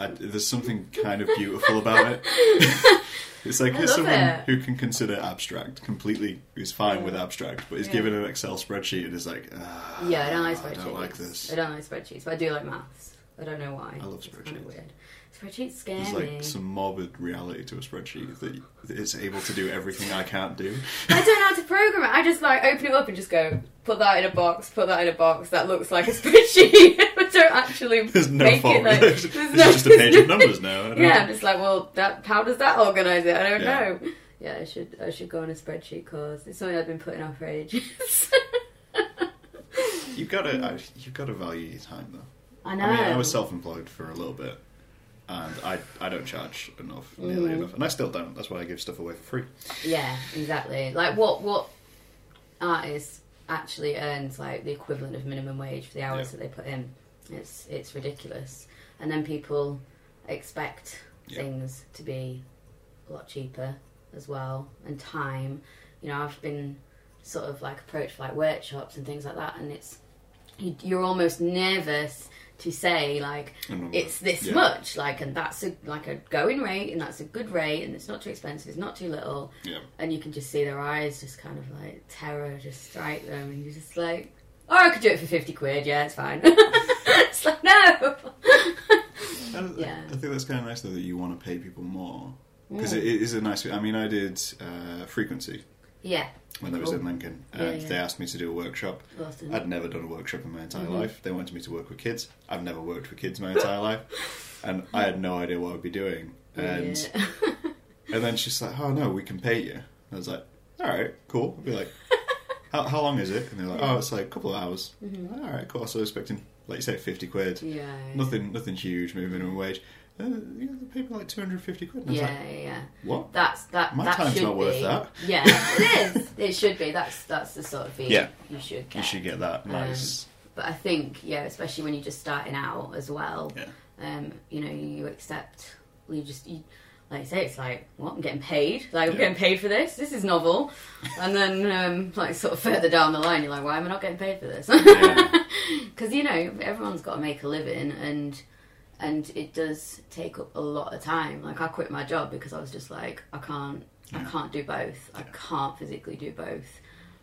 Speaker 2: I, there's something kind of beautiful about it. it's like
Speaker 1: I
Speaker 2: here's
Speaker 1: love
Speaker 2: someone
Speaker 1: it.
Speaker 2: who can consider abstract completely, who's fine with abstract, but is
Speaker 1: Yeah.
Speaker 2: given an Excel spreadsheet and is like, ah,
Speaker 1: yeah, I don't like
Speaker 2: I
Speaker 1: spreadsheets.
Speaker 2: don't like this.
Speaker 1: I don't like spreadsheets, but I do like maths. I don't know why.
Speaker 2: I love
Speaker 1: It's kind of
Speaker 2: spreadsheets.
Speaker 1: weird. Spreadsheets scare
Speaker 2: There's
Speaker 1: me.
Speaker 2: like some morbid reality to a spreadsheet that that it's able to do everything I can't do.
Speaker 1: I don't know how to program it. I just like open it up and just go, put that in a box, put that in a box. That looks like a spreadsheet, but don't actually
Speaker 2: There's no
Speaker 1: make
Speaker 2: formula.
Speaker 1: it like.
Speaker 2: it's
Speaker 1: there's no-
Speaker 2: just a page of numbers now. I don't-
Speaker 1: Yeah, I'm just like, well, that how does that organise it? I don't
Speaker 2: Yeah.
Speaker 1: know. Yeah, I should I should go on a spreadsheet course. It's something I've been putting off for ages.
Speaker 2: You've got to I- you've got to value your time though.
Speaker 1: I know.
Speaker 2: I mean, I was self-employed for a little bit, and I I don't charge enough, nearly
Speaker 1: Mhm.
Speaker 2: enough, and I still don't. That's why I give stuff away for free.
Speaker 1: Yeah, exactly. Like what what artist actually earns like the equivalent of minimum wage for the hours that they put in. It's it's ridiculous. And then people expect
Speaker 2: Yeah.
Speaker 1: things to be a lot cheaper as well and time. You know, I've been sort of like approached for, like workshops and things like that and it's you, you're almost nervous to say like
Speaker 2: And I'm
Speaker 1: it's this
Speaker 2: Yeah.
Speaker 1: much like and that's a like a going rate and that's a good rate and it's not too expensive it's not too little
Speaker 2: like, yeah,
Speaker 1: and you can just see their eyes just kind of like terror just strike them and you're just like or I could do it for 50 quid yeah it's fine it's like no
Speaker 2: I, don't-
Speaker 1: Yeah. Mm.
Speaker 2: I think that's kind of nice though that you want to pay people more because it, it is a nice. I mean, I did uh, frequency
Speaker 1: yeah
Speaker 2: when I was
Speaker 1: Cool.
Speaker 2: in Lincoln, and
Speaker 1: Yeah, yeah. Mm.
Speaker 2: they asked me to do a workshop.
Speaker 1: Austin.
Speaker 2: I'd never done a workshop in my entire
Speaker 1: Mm-hmm.
Speaker 2: life. They wanted me to work with kids. I've never worked with kids my entire life, and I had no idea what I'd be doing. And
Speaker 1: Yeah.
Speaker 2: And then she's like, "Oh no, we can pay you." And I was like, "All right, cool." I'd be like, how, "How long is it?" And they're like, "Oh, it's like a couple of hours." All right, cool. So I was expecting, like you say, fifty quid.
Speaker 1: Mm-hmm. yeah
Speaker 2: Nothing, nothing huge. Maybe minimum wage. Uh, yeah, they pay me like two hundred fifty quid. And I was
Speaker 1: yeah
Speaker 2: like,
Speaker 1: yeah
Speaker 2: "What?"
Speaker 1: that's that
Speaker 2: My
Speaker 1: that
Speaker 2: time's
Speaker 1: should
Speaker 2: not worth
Speaker 1: be-
Speaker 2: that.
Speaker 1: yeah it is it should be that's that's the sort of fee
Speaker 2: Yeah.
Speaker 1: you should get
Speaker 2: You should get
Speaker 1: Um,
Speaker 2: that. Nice.
Speaker 1: but I think yeah especially when you're just starting out as well
Speaker 2: Yeah.
Speaker 1: um, you know, you accept, you just, you, like I say, it's like, what, I'm getting paid? Like, I'm
Speaker 2: Yeah.
Speaker 1: getting paid for this? This is novel. and then, um, like, sort of further down the line, you're like, why am I not getting paid for this?
Speaker 2: Yeah.
Speaker 1: Because, you know, everyone's got to make a living and. And it does take up a lot of time. Like I quit my job because I was just like, I can't, I
Speaker 2: Yeah.
Speaker 1: can't do both. I can't physically do both,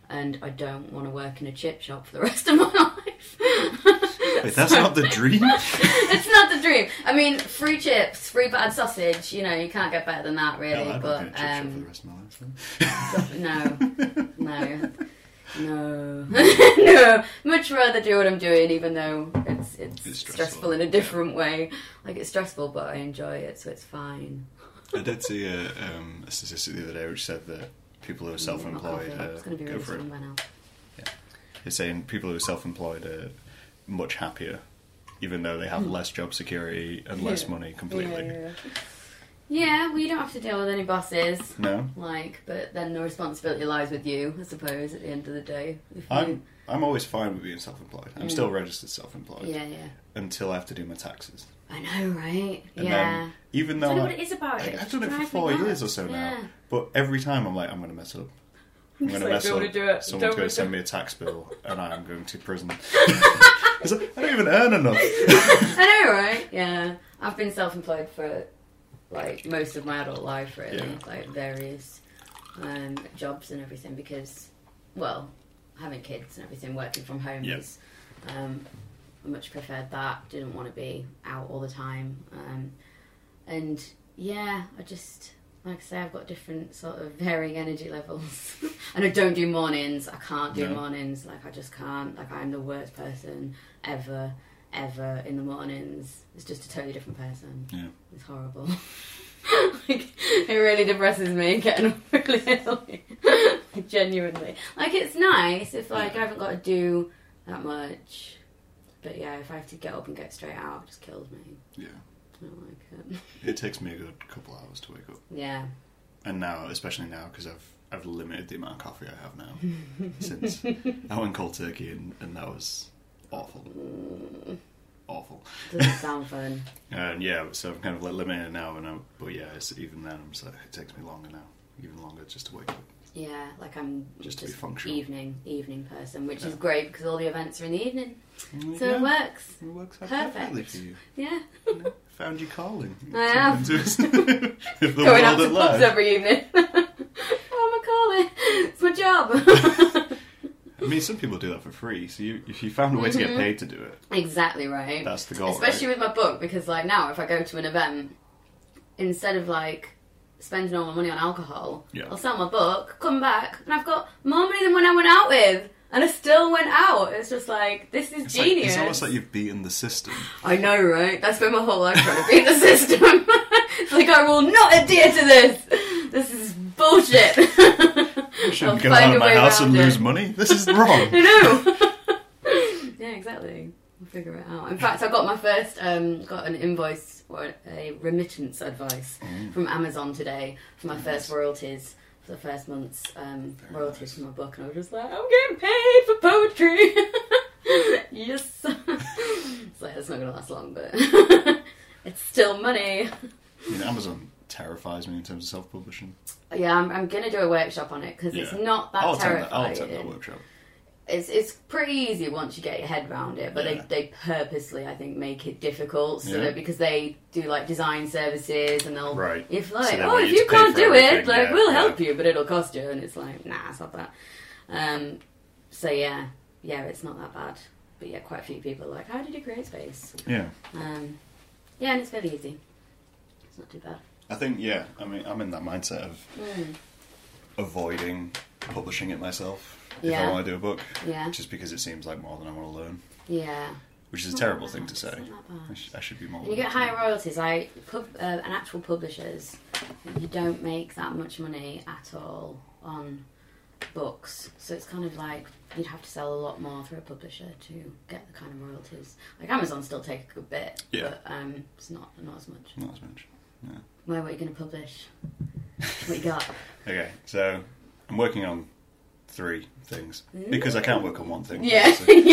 Speaker 1: and I don't want to work in a chip shop for the rest of my life.
Speaker 2: Wait, that's
Speaker 1: So-
Speaker 2: not the dream.
Speaker 1: it's not the dream. I mean, free chips, free bad sausage. You know, you can't get better than that, really.
Speaker 2: No, I'm
Speaker 1: but
Speaker 2: not going to chip shop for the
Speaker 1: um,
Speaker 2: rest of my life. then.
Speaker 1: no, no, no, no. Much rather do what I'm doing, even though it's it's,
Speaker 2: It's
Speaker 1: stressful.
Speaker 2: stressful,
Speaker 1: in a
Speaker 2: yeah.
Speaker 1: different way. Like it's stressful, but I enjoy it, so it's fine.
Speaker 2: I did see a, um, a statistic the other day which said that people who are self-employed
Speaker 1: It's
Speaker 2: uh,
Speaker 1: gonna be
Speaker 2: go
Speaker 1: really
Speaker 2: for it.
Speaker 1: strong by now.
Speaker 2: It's saying people who are self-employed are much happier, even though they have less job security and less
Speaker 1: Hmm. Yeah.
Speaker 2: money completely.
Speaker 1: Yeah, yeah, Yeah, well, you don't have to deal with any bosses.
Speaker 2: No,
Speaker 1: Like, but then the responsibility lies with you, I suppose, at the end of the day. If you-
Speaker 2: I'm I'm always fine with being self-employed. I'm
Speaker 1: Mm.
Speaker 2: still registered self-employed
Speaker 1: Yeah, yeah.
Speaker 2: until I have to do my taxes.
Speaker 1: I know, right?
Speaker 2: And
Speaker 1: yeah.
Speaker 2: then even
Speaker 1: I
Speaker 2: though
Speaker 1: don't know
Speaker 2: I,
Speaker 1: what it is about
Speaker 2: I,
Speaker 1: it.
Speaker 2: have done it for
Speaker 1: Drives me
Speaker 2: four years
Speaker 1: nuts.
Speaker 2: or so now,
Speaker 1: Yeah.
Speaker 2: but every time I'm like, I'm going to mess up. I'm going
Speaker 1: Just
Speaker 2: to
Speaker 1: like,
Speaker 2: mess
Speaker 1: don't
Speaker 2: up.
Speaker 1: wanna do it,
Speaker 2: Someone's
Speaker 1: don't
Speaker 2: going
Speaker 1: wanna
Speaker 2: to send
Speaker 1: do
Speaker 2: me a tax bill, and I'm going to prison. It's like, I don't even earn enough.
Speaker 1: I know, right? Yeah. I've been self employed for like most of my adult life, really.
Speaker 2: Yeah.
Speaker 1: Like various um, jobs and everything because, well, having kids and everything, working from home
Speaker 2: Yeah.
Speaker 1: is. Um, I much preferred that. Didn't want to be out all the time. Um, and yeah, I just. Like I say, I've got different sort of varying energy levels, and I don't do mornings. I can't do
Speaker 2: No.
Speaker 1: mornings. Like I just can't. Like I'm the worst person ever ever in the mornings. It's just a totally different person.
Speaker 2: Yeah.
Speaker 1: It's horrible. like, it really depresses me getting up really early. Like, Genuinely. Like, it's nice if, like, I haven't got to do that much. But yeah, if I have to get up and get straight out, it just kills me.
Speaker 2: Yeah.
Speaker 1: I don't like it.
Speaker 2: It takes me a good couple hours to wake up,
Speaker 1: Yeah.
Speaker 2: and now, especially now, because I've I've limited the amount of coffee I have now since I went cold turkey, and, and that was awful,
Speaker 1: Mm,
Speaker 2: awful.
Speaker 1: doesn't sound fun.
Speaker 2: And yeah, so I'm kind of like limited now, and I, but yeah, it's, even then, I'm just like, it takes me longer now, even longer just to wake up.
Speaker 1: Yeah, like I'm
Speaker 2: Just
Speaker 1: just,
Speaker 2: to be functional.
Speaker 1: evening, evening person, which is
Speaker 2: Yeah.
Speaker 1: great because all the events are in the evening. So
Speaker 2: Yeah,
Speaker 1: it works.
Speaker 2: it works out
Speaker 1: Perfect.
Speaker 2: perfectly for you.
Speaker 1: Yeah.
Speaker 2: you know? Found you calling.
Speaker 1: I am.
Speaker 2: If the
Speaker 1: going out
Speaker 2: world
Speaker 1: to pubs
Speaker 2: at large.
Speaker 1: every evening. oh, my calling. It's my job.
Speaker 2: I mean, some people do that for free. So you, if you found a way to get
Speaker 1: Mhm.
Speaker 2: paid to do it,
Speaker 1: exactly right.
Speaker 2: that's the goal.
Speaker 1: Especially with my book, because like now, if I go to an event, instead of like spending all my money on alcohol,
Speaker 2: Yeah.
Speaker 1: I'll sell my book, come back, and I've got more money than when I went out with. And I still went out. It's just like this is
Speaker 2: right? It's, like,
Speaker 1: genius.
Speaker 2: it's almost like you've beaten the system.
Speaker 1: I know, right? That's been my whole life trying to beat the system. it's like I will not adhere to this. This is bullshit.
Speaker 2: I shouldn't
Speaker 1: I'll
Speaker 2: go
Speaker 1: find
Speaker 2: out
Speaker 1: a
Speaker 2: of my
Speaker 1: way
Speaker 2: house and
Speaker 1: around
Speaker 2: lose
Speaker 1: it.
Speaker 2: money. This is wrong.
Speaker 1: I know. yeah, exactly. We'll figure it out. In fact, I got my first, um, got an invoice or a remittance advice
Speaker 2: Mm.
Speaker 1: from Amazon today for my first royalties. For the first month's um,
Speaker 2: Very
Speaker 1: royalties
Speaker 2: nice.
Speaker 1: from my book, and I was just like, I'm getting paid for poetry. yes. it's like it's not gonna last long, but it's still money.
Speaker 2: I mean, Amazon terrifies me in terms of self-publishing.
Speaker 1: Yeah, I'm, I'm gonna do a workshop on it because it's
Speaker 2: Yeah.
Speaker 1: not that
Speaker 2: I'll attend
Speaker 1: terrifying.
Speaker 2: that. I'll attend that workshop.
Speaker 1: it's it's pretty easy once you get your head around it, but
Speaker 2: Yeah.
Speaker 1: they, they purposely I think make it difficult so
Speaker 2: Yeah.
Speaker 1: that because they do like design services and they'll
Speaker 2: Right.
Speaker 1: if like
Speaker 2: they
Speaker 1: oh
Speaker 2: want
Speaker 1: if
Speaker 2: you to
Speaker 1: you
Speaker 2: pay
Speaker 1: can't
Speaker 2: for
Speaker 1: do it
Speaker 2: everything,
Speaker 1: like
Speaker 2: yeah,
Speaker 1: we'll
Speaker 2: yeah.
Speaker 1: help you but it'll cost you and it's like nah it's not that um so yeah yeah it's not that bad but yeah quite a few people are like how did you create space
Speaker 2: Yeah.
Speaker 1: um yeah and it's fairly easy it's not too bad
Speaker 2: I think, yeah, I mean, I'm in that mindset of
Speaker 1: Mm.
Speaker 2: avoiding publishing it myself if
Speaker 1: Yeah.
Speaker 2: I want to do a book,
Speaker 1: yeah
Speaker 2: just because it seems like more than I want to learn,
Speaker 1: yeah
Speaker 2: which is a terrible thing to
Speaker 1: It's
Speaker 2: say.
Speaker 1: not that bad.
Speaker 2: I, sh- I should be more.
Speaker 1: And you get
Speaker 2: learned.
Speaker 1: higher royalties. I pub, uh, an actual publishers, you don't make that much money at all on books. So it's kind of like you'd have to sell a lot more through a publisher to get the kind of royalties. Like Amazon still take a good bit,
Speaker 2: Yeah.
Speaker 1: but um, it's not not as much.
Speaker 2: Not as much.
Speaker 1: Where what are you going to publish? What you got?
Speaker 2: Okay, so I'm working on three things because I can't work on one thing.
Speaker 1: Mm. yeah,
Speaker 2: obviously.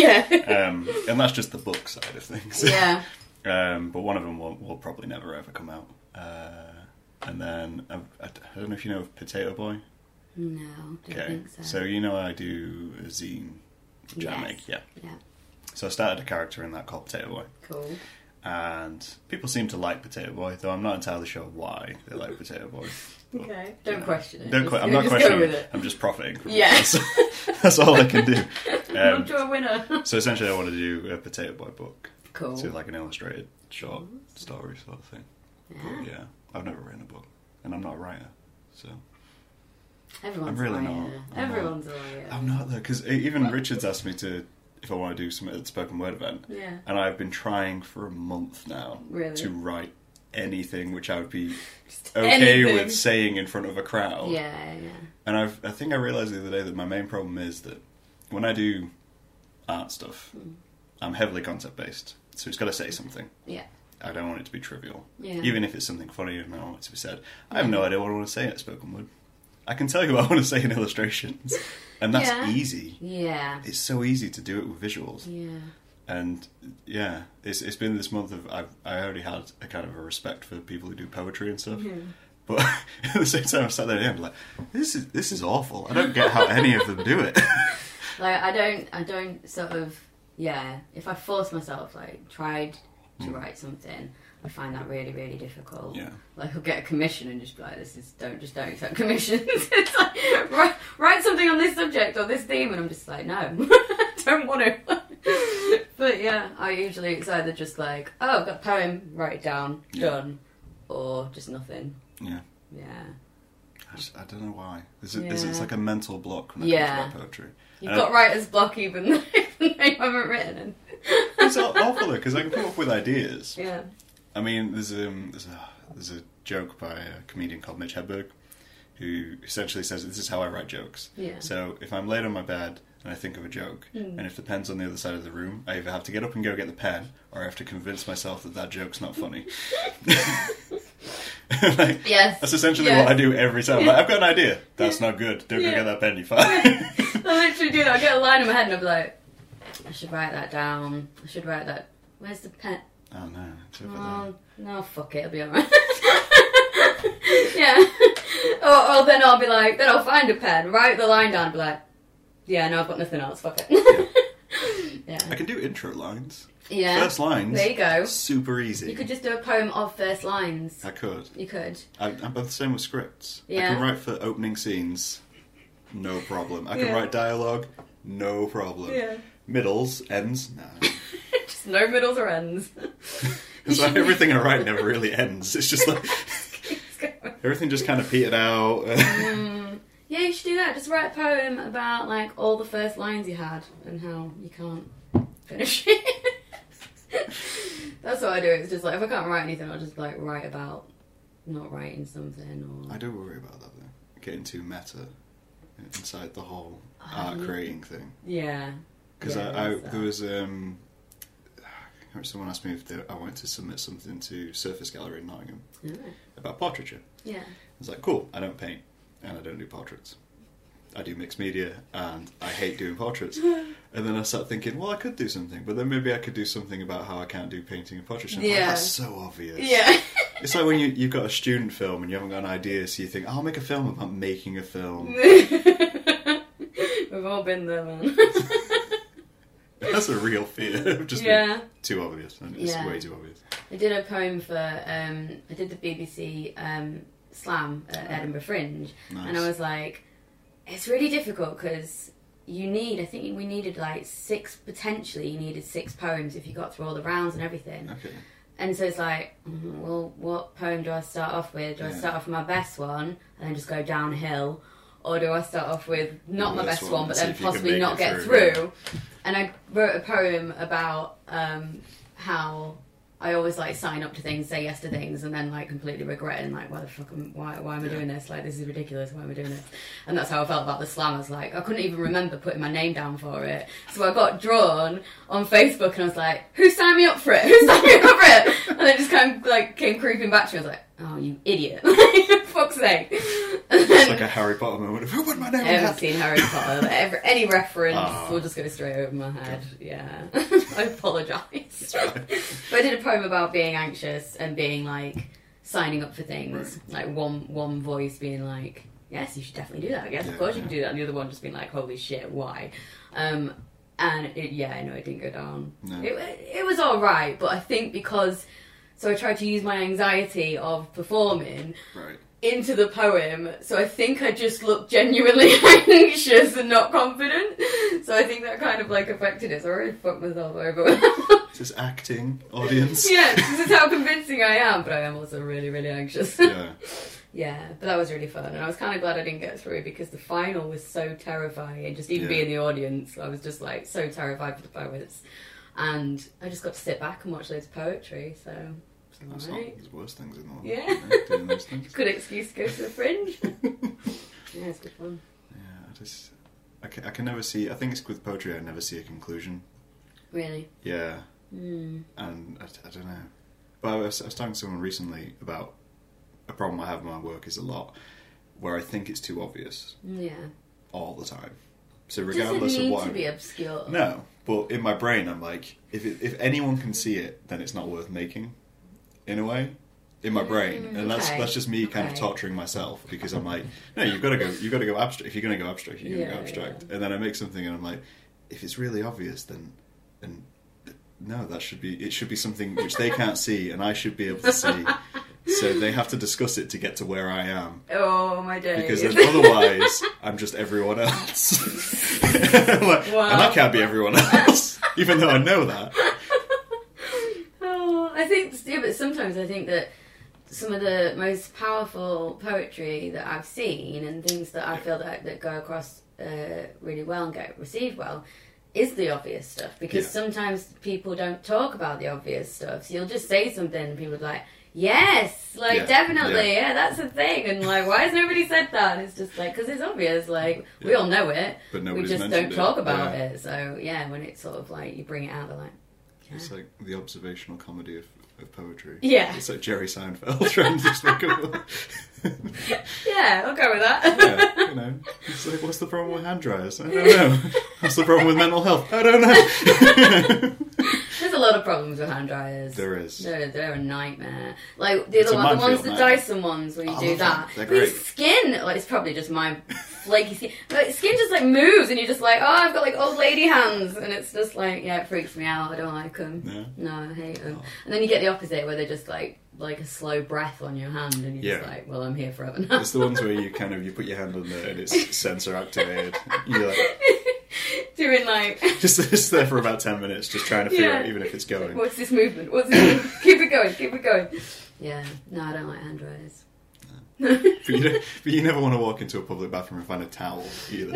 Speaker 1: yeah,
Speaker 2: um, and that's just the book side of things.
Speaker 1: yeah.
Speaker 2: Um, but one of them will, will probably never ever come out. Uh, and then I, I don't know if you know of Potato Boy.
Speaker 1: No, don't think so.
Speaker 2: you know I do a zine, which I
Speaker 1: Yes.
Speaker 2: make, yeah.
Speaker 1: Yeah.
Speaker 2: So I started a character in that called Potato Boy,
Speaker 1: cool.
Speaker 2: and people seem to like Potato Boy, though I'm not entirely sure why they like Potato Boy.
Speaker 1: Okay. Don't question it.
Speaker 2: Don't
Speaker 1: Just-
Speaker 2: que- I'm
Speaker 1: you
Speaker 2: not
Speaker 1: just go
Speaker 2: questioning
Speaker 1: with
Speaker 2: it.
Speaker 1: it.
Speaker 2: I'm just profiting. From it.
Speaker 1: Yeah.
Speaker 2: That's, that's all I can do.
Speaker 1: Not
Speaker 2: Um,
Speaker 1: to a winner.
Speaker 2: so essentially, I want to do a Potato Boy book,
Speaker 1: Cool.
Speaker 2: so like an illustrated short story sort of thing.
Speaker 1: Yeah.
Speaker 2: But yeah, I've never written a book, and I'm not a writer, so.
Speaker 1: Everyone's
Speaker 2: I'm
Speaker 1: a
Speaker 2: really
Speaker 1: liar.
Speaker 2: not. I'm not.
Speaker 1: Everyone's a liar.
Speaker 2: I'm not though, because even Richards asked me to if I want to do some at the spoken word event,
Speaker 1: Yeah.
Speaker 2: and I've been trying for a month now
Speaker 1: Really?
Speaker 2: to write anything which I would be
Speaker 1: Just
Speaker 2: okay
Speaker 1: anything.
Speaker 2: with saying in front of a crowd.
Speaker 1: Yeah, yeah.
Speaker 2: And I've, I think I realised the other day that my main problem is that when I do
Speaker 1: Mm.
Speaker 2: art stuff, I'm heavily concept based, so it's got to say something.
Speaker 1: Yeah.
Speaker 2: I don't want it to be trivial.
Speaker 1: Yeah.
Speaker 2: Even if it's something funny and I want it to be sad. I have no idea what I want to say in a spoken word. I can tell you what I want to say in illustrations. And that's
Speaker 1: Yeah.
Speaker 2: easy.
Speaker 1: Yeah.
Speaker 2: It's so easy to do it with visuals.
Speaker 1: Yeah.
Speaker 2: And yeah, it's it's been this month of I've I already had a kind of a respect for people who do poetry and stuff.
Speaker 1: Mm-hmm.
Speaker 2: But at the same time I sat there and I'm like, this is this is awful. I don't get how any of them do it.
Speaker 1: Like I don't I don't sort of yeah. If I force myself, like tried to write something, I find that really, really difficult.
Speaker 2: Hmm. yeah.
Speaker 1: Like I'll get a commission and just be like, this is don't just don't accept commissions. it's like write, write something on this subject or this theme and I'm just like, no. don't want to. but yeah, I usually it's either just like, oh I've got a poem, write it down,
Speaker 2: Yeah.
Speaker 1: done. Or just nothing.
Speaker 2: Yeah.
Speaker 1: Yeah.
Speaker 2: I, just, I don't know why. This is, this is
Speaker 1: Yeah.
Speaker 2: like a mental block when it
Speaker 1: Yeah.
Speaker 2: comes to my poetry.
Speaker 1: You've
Speaker 2: And I-
Speaker 1: got writer's block even though you haven't written it.
Speaker 2: it's aw- awful though because I can come up with ideas.
Speaker 1: Yeah.
Speaker 2: I mean, there's um, there's a there's a joke by a comedian called Mitch Hedberg, who essentially says this is how I write jokes.
Speaker 1: Yeah. Hmm.
Speaker 2: So if I'm laid on my bed and I think of a joke, and if the pen's on the other side of the room, I either have to get up and go get the pen, or I have to convince myself that that joke's not funny. Like,
Speaker 1: Yes.
Speaker 2: That's essentially
Speaker 1: Yes.
Speaker 2: what I do every time. Like, I've got an idea. That's not good. Don't
Speaker 1: Yeah.
Speaker 2: go get that pen, you fuck.
Speaker 1: I literally do that. I get a line in my head and I'm like, I should write that down. I should write that. Where's the pen?
Speaker 2: oh no, it's over there.
Speaker 1: Oh, no, fuck it. It'll be alright. yeah. Or, or then I'll be like, then I'll find a pen, write the line down, and be like, yeah, no, I've got nothing else. Fuck it. yeah.
Speaker 2: I can do intro lines.
Speaker 1: Yeah.
Speaker 2: First lines.
Speaker 1: There you go.
Speaker 2: Super easy.
Speaker 1: You could just do a poem of first lines.
Speaker 2: I could.
Speaker 1: You could.
Speaker 2: I, I'm about the same with scripts. I
Speaker 1: Yeah.
Speaker 2: can write for opening scenes, no problem. I can
Speaker 1: Yeah.
Speaker 2: write dialogue, no problem. Middles, ends, nah.
Speaker 1: just no middles or ends.
Speaker 2: so everything I write never really ends. It's just like
Speaker 1: Keeps going.
Speaker 2: everything just kind of petered out.
Speaker 1: Mm-hmm. Mm. Yeah, you should do that. Just write a poem about like all the first lines you had and how you can't finish it. That's what I do. It's just like if I can't write anything, I'll just like write about not writing something or
Speaker 2: I do worry about that though. Getting too meta uh, inside the whole
Speaker 1: Oh,
Speaker 2: art
Speaker 1: yeah.
Speaker 2: creating thing.
Speaker 1: yeah.
Speaker 2: Because
Speaker 1: Yeah,
Speaker 2: I, I
Speaker 1: there's that.
Speaker 2: there was um, someone asked me if they, I wanted to submit something to Surface Gallery in Nottingham
Speaker 1: Alright.
Speaker 2: about portraiture.
Speaker 1: Yeah.
Speaker 2: It's like, cool, I don't paint and I don't do portraits. I do mixed media and I hate doing portraits. and then I start thinking, well, I could do something, but then maybe I could do something about how I can't do painting and portraiture. And I'm like,
Speaker 1: Yeah.
Speaker 2: That's so obvious.
Speaker 1: Yeah.
Speaker 2: It's like when you, you've got a student film and you haven't got an idea, so you think, I'll make a film about making a film.
Speaker 1: We've all been there, man.
Speaker 2: That's a real fear of just being
Speaker 1: yeah.
Speaker 2: too obvious. And it's
Speaker 1: Yeah.
Speaker 2: way too obvious.
Speaker 1: I did a poem for um, I did the BBC um, Slam at Edinburgh Fringe,
Speaker 2: Nice.
Speaker 1: and I was like, it's really difficult because you need I think we needed like six potentially you needed six poems if you got through all the rounds and everything,
Speaker 2: okay.
Speaker 1: and so it's like, mm, well, what poem do I start off with? Do I
Speaker 2: Yeah.
Speaker 1: start off with my best one and then just go downhill, or do I start off with not
Speaker 2: The
Speaker 1: my
Speaker 2: best
Speaker 1: best one,
Speaker 2: one,
Speaker 1: but
Speaker 2: see
Speaker 1: then
Speaker 2: if you can
Speaker 1: possibly
Speaker 2: make
Speaker 1: not
Speaker 2: it
Speaker 1: get
Speaker 2: through,
Speaker 1: through? And I wrote a poem about um, how I always like sign up to things, say yes to things, and then like completely regretting like why the fuck am why why am I
Speaker 2: Yeah.
Speaker 1: doing this? Like this is ridiculous. Why am I doing this? And that's how I felt about the slam. I was like I couldn't even remember putting my name down for it. So I got drawn on Facebook, and I was like, who signed me up for it? Who signed me up for it? And then it just kind of like came creeping back to me. I was like, oh you idiot! Fuck's sake! And
Speaker 2: It's
Speaker 1: then,
Speaker 2: like a Harry Potter moment of, "Oh, who put my name
Speaker 1: I
Speaker 2: on
Speaker 1: haven't
Speaker 2: that?
Speaker 1: seen Harry Potter. but every, any reference
Speaker 2: Ah.
Speaker 1: will just go straight over my head. Yeah. I apologise. but I did a poem about being anxious and being like signing up for things. Like one one voice being like, Yes, you should definitely do that. Yes, of
Speaker 2: Yeah,
Speaker 1: course you
Speaker 2: yeah.
Speaker 1: can do that. And the other one just being like, Holy shit, why? Um, and it, yeah, no, it didn't go down.
Speaker 2: No.
Speaker 1: It, it was alright, but I think because. So I tried to use my anxiety of performing
Speaker 2: Right.
Speaker 1: into the poem, so I think I just looked genuinely anxious and not confident. So I think that kind of like affected it. So I already fucked myself over.
Speaker 2: Is this acting, audience?
Speaker 1: yeah, this is how convincing I am, but I am also really, really anxious.
Speaker 2: yeah.
Speaker 1: Yeah, but that was really fun, and I was kind of glad I didn't get through because the final was so terrifying. Just even
Speaker 2: Yeah.
Speaker 1: being the audience, I was just like so terrified for the poets, and I just got to sit back and watch loads of poetry. So
Speaker 2: That's
Speaker 1: it's alright.
Speaker 2: not there's worse things in the world.
Speaker 1: Yeah.
Speaker 2: you know, doing those things.
Speaker 1: Good excuse to go to the fringe. yeah, it's good fun.
Speaker 2: Yeah, I just I can, I can never see. I think it's with poetry. I never see a conclusion.
Speaker 1: Really.
Speaker 2: Yeah,
Speaker 1: Mm.
Speaker 2: and I, I don't know. But I was, I was talking to someone recently about a problem I have in my work is a lot where I think it's too obvious
Speaker 1: Yeah.
Speaker 2: all the time. So
Speaker 1: It doesn't
Speaker 2: regardless of
Speaker 1: need
Speaker 2: what
Speaker 1: to
Speaker 2: I'm,
Speaker 1: be obscure.
Speaker 2: no, but in my brain I'm like, if it, if anyone can see it, then it's not worth making, in a way. In my brain,
Speaker 1: Mm,
Speaker 2: and that's
Speaker 1: okay.
Speaker 2: that's just me kind of
Speaker 1: Okay.
Speaker 2: torturing myself because I'm like, no, you've got to go, you've got to go abstract. If you're going to go abstract, you're going to
Speaker 1: Yeah,
Speaker 2: go abstract. And then I make something, and I'm like, if it's really obvious, then and no, that should be it should be something which they can't see, and I should be able to see. So they have to discuss it to get to where I am.
Speaker 1: Oh my days.
Speaker 2: Because then otherwise, I'm just everyone else. Like, And I
Speaker 1: Wow.
Speaker 2: can't be everyone else, even though I know that.
Speaker 1: oh, I think yeah, but sometimes I think that some of the most powerful poetry that I've seen and things that I feel that that go across uh, really well and get received well is the obvious stuff because
Speaker 2: Yeah.
Speaker 1: sometimes people don't talk about the obvious stuff. So you'll just say something and people are like, "Yes, like
Speaker 2: Yeah,
Speaker 1: definitely, yeah. that's a thing." And like, why has nobody said that? And it's just like because it's obvious. Like we
Speaker 2: Yeah.
Speaker 1: all know it.
Speaker 2: But
Speaker 1: we
Speaker 2: nobody's
Speaker 1: just
Speaker 2: mentioned
Speaker 1: don't talk
Speaker 2: it.
Speaker 1: about
Speaker 2: Yeah.
Speaker 1: it. So yeah, when it's sort of like you bring it out, they're like,
Speaker 2: It's like the observational comedy of, of poetry.
Speaker 1: Yeah.
Speaker 2: It's like Jerry Seinfeld trying to just think of.
Speaker 1: Yeah, I'll go with that.
Speaker 2: yeah, you know. It's like, what's the problem with hand dryers? I don't know. What's the problem with mental health? I don't know.
Speaker 1: There's a lot of problems with hand dryers.
Speaker 2: there is.
Speaker 1: They're, they're a nightmare. Like the
Speaker 2: It's
Speaker 1: other
Speaker 2: a
Speaker 1: one, the ones
Speaker 2: minefield,
Speaker 1: that
Speaker 2: mate.
Speaker 1: Dyson ones where you
Speaker 2: I
Speaker 1: do
Speaker 2: love
Speaker 1: that.
Speaker 2: them. They're
Speaker 1: But
Speaker 2: great.
Speaker 1: it's skin, like it's probably just my flaky skin, but skin just like moves and you're just like, oh, I've got like old lady hands, and it's just like, yeah, it freaks me out. I don't like them.
Speaker 2: No.
Speaker 1: No, I hate them.
Speaker 2: Oh.
Speaker 1: And then you get the opposite where they're just like like a slow breath on your hand, and you're just
Speaker 2: Yeah.
Speaker 1: like, well, I'm here forever now.
Speaker 2: It's the ones where you kind of you put your hand on there and it's sensor activated. You're like
Speaker 1: doing like.
Speaker 2: just, just there for about ten minutes, just trying to figure
Speaker 1: Yeah.
Speaker 2: out even if it's going.
Speaker 1: What's this movement? What's this movement? keep it going, keep it going. Yeah, no, I don't like hand dryers.
Speaker 2: But you, don't- but you never want to walk into a public bathroom and find a towel either.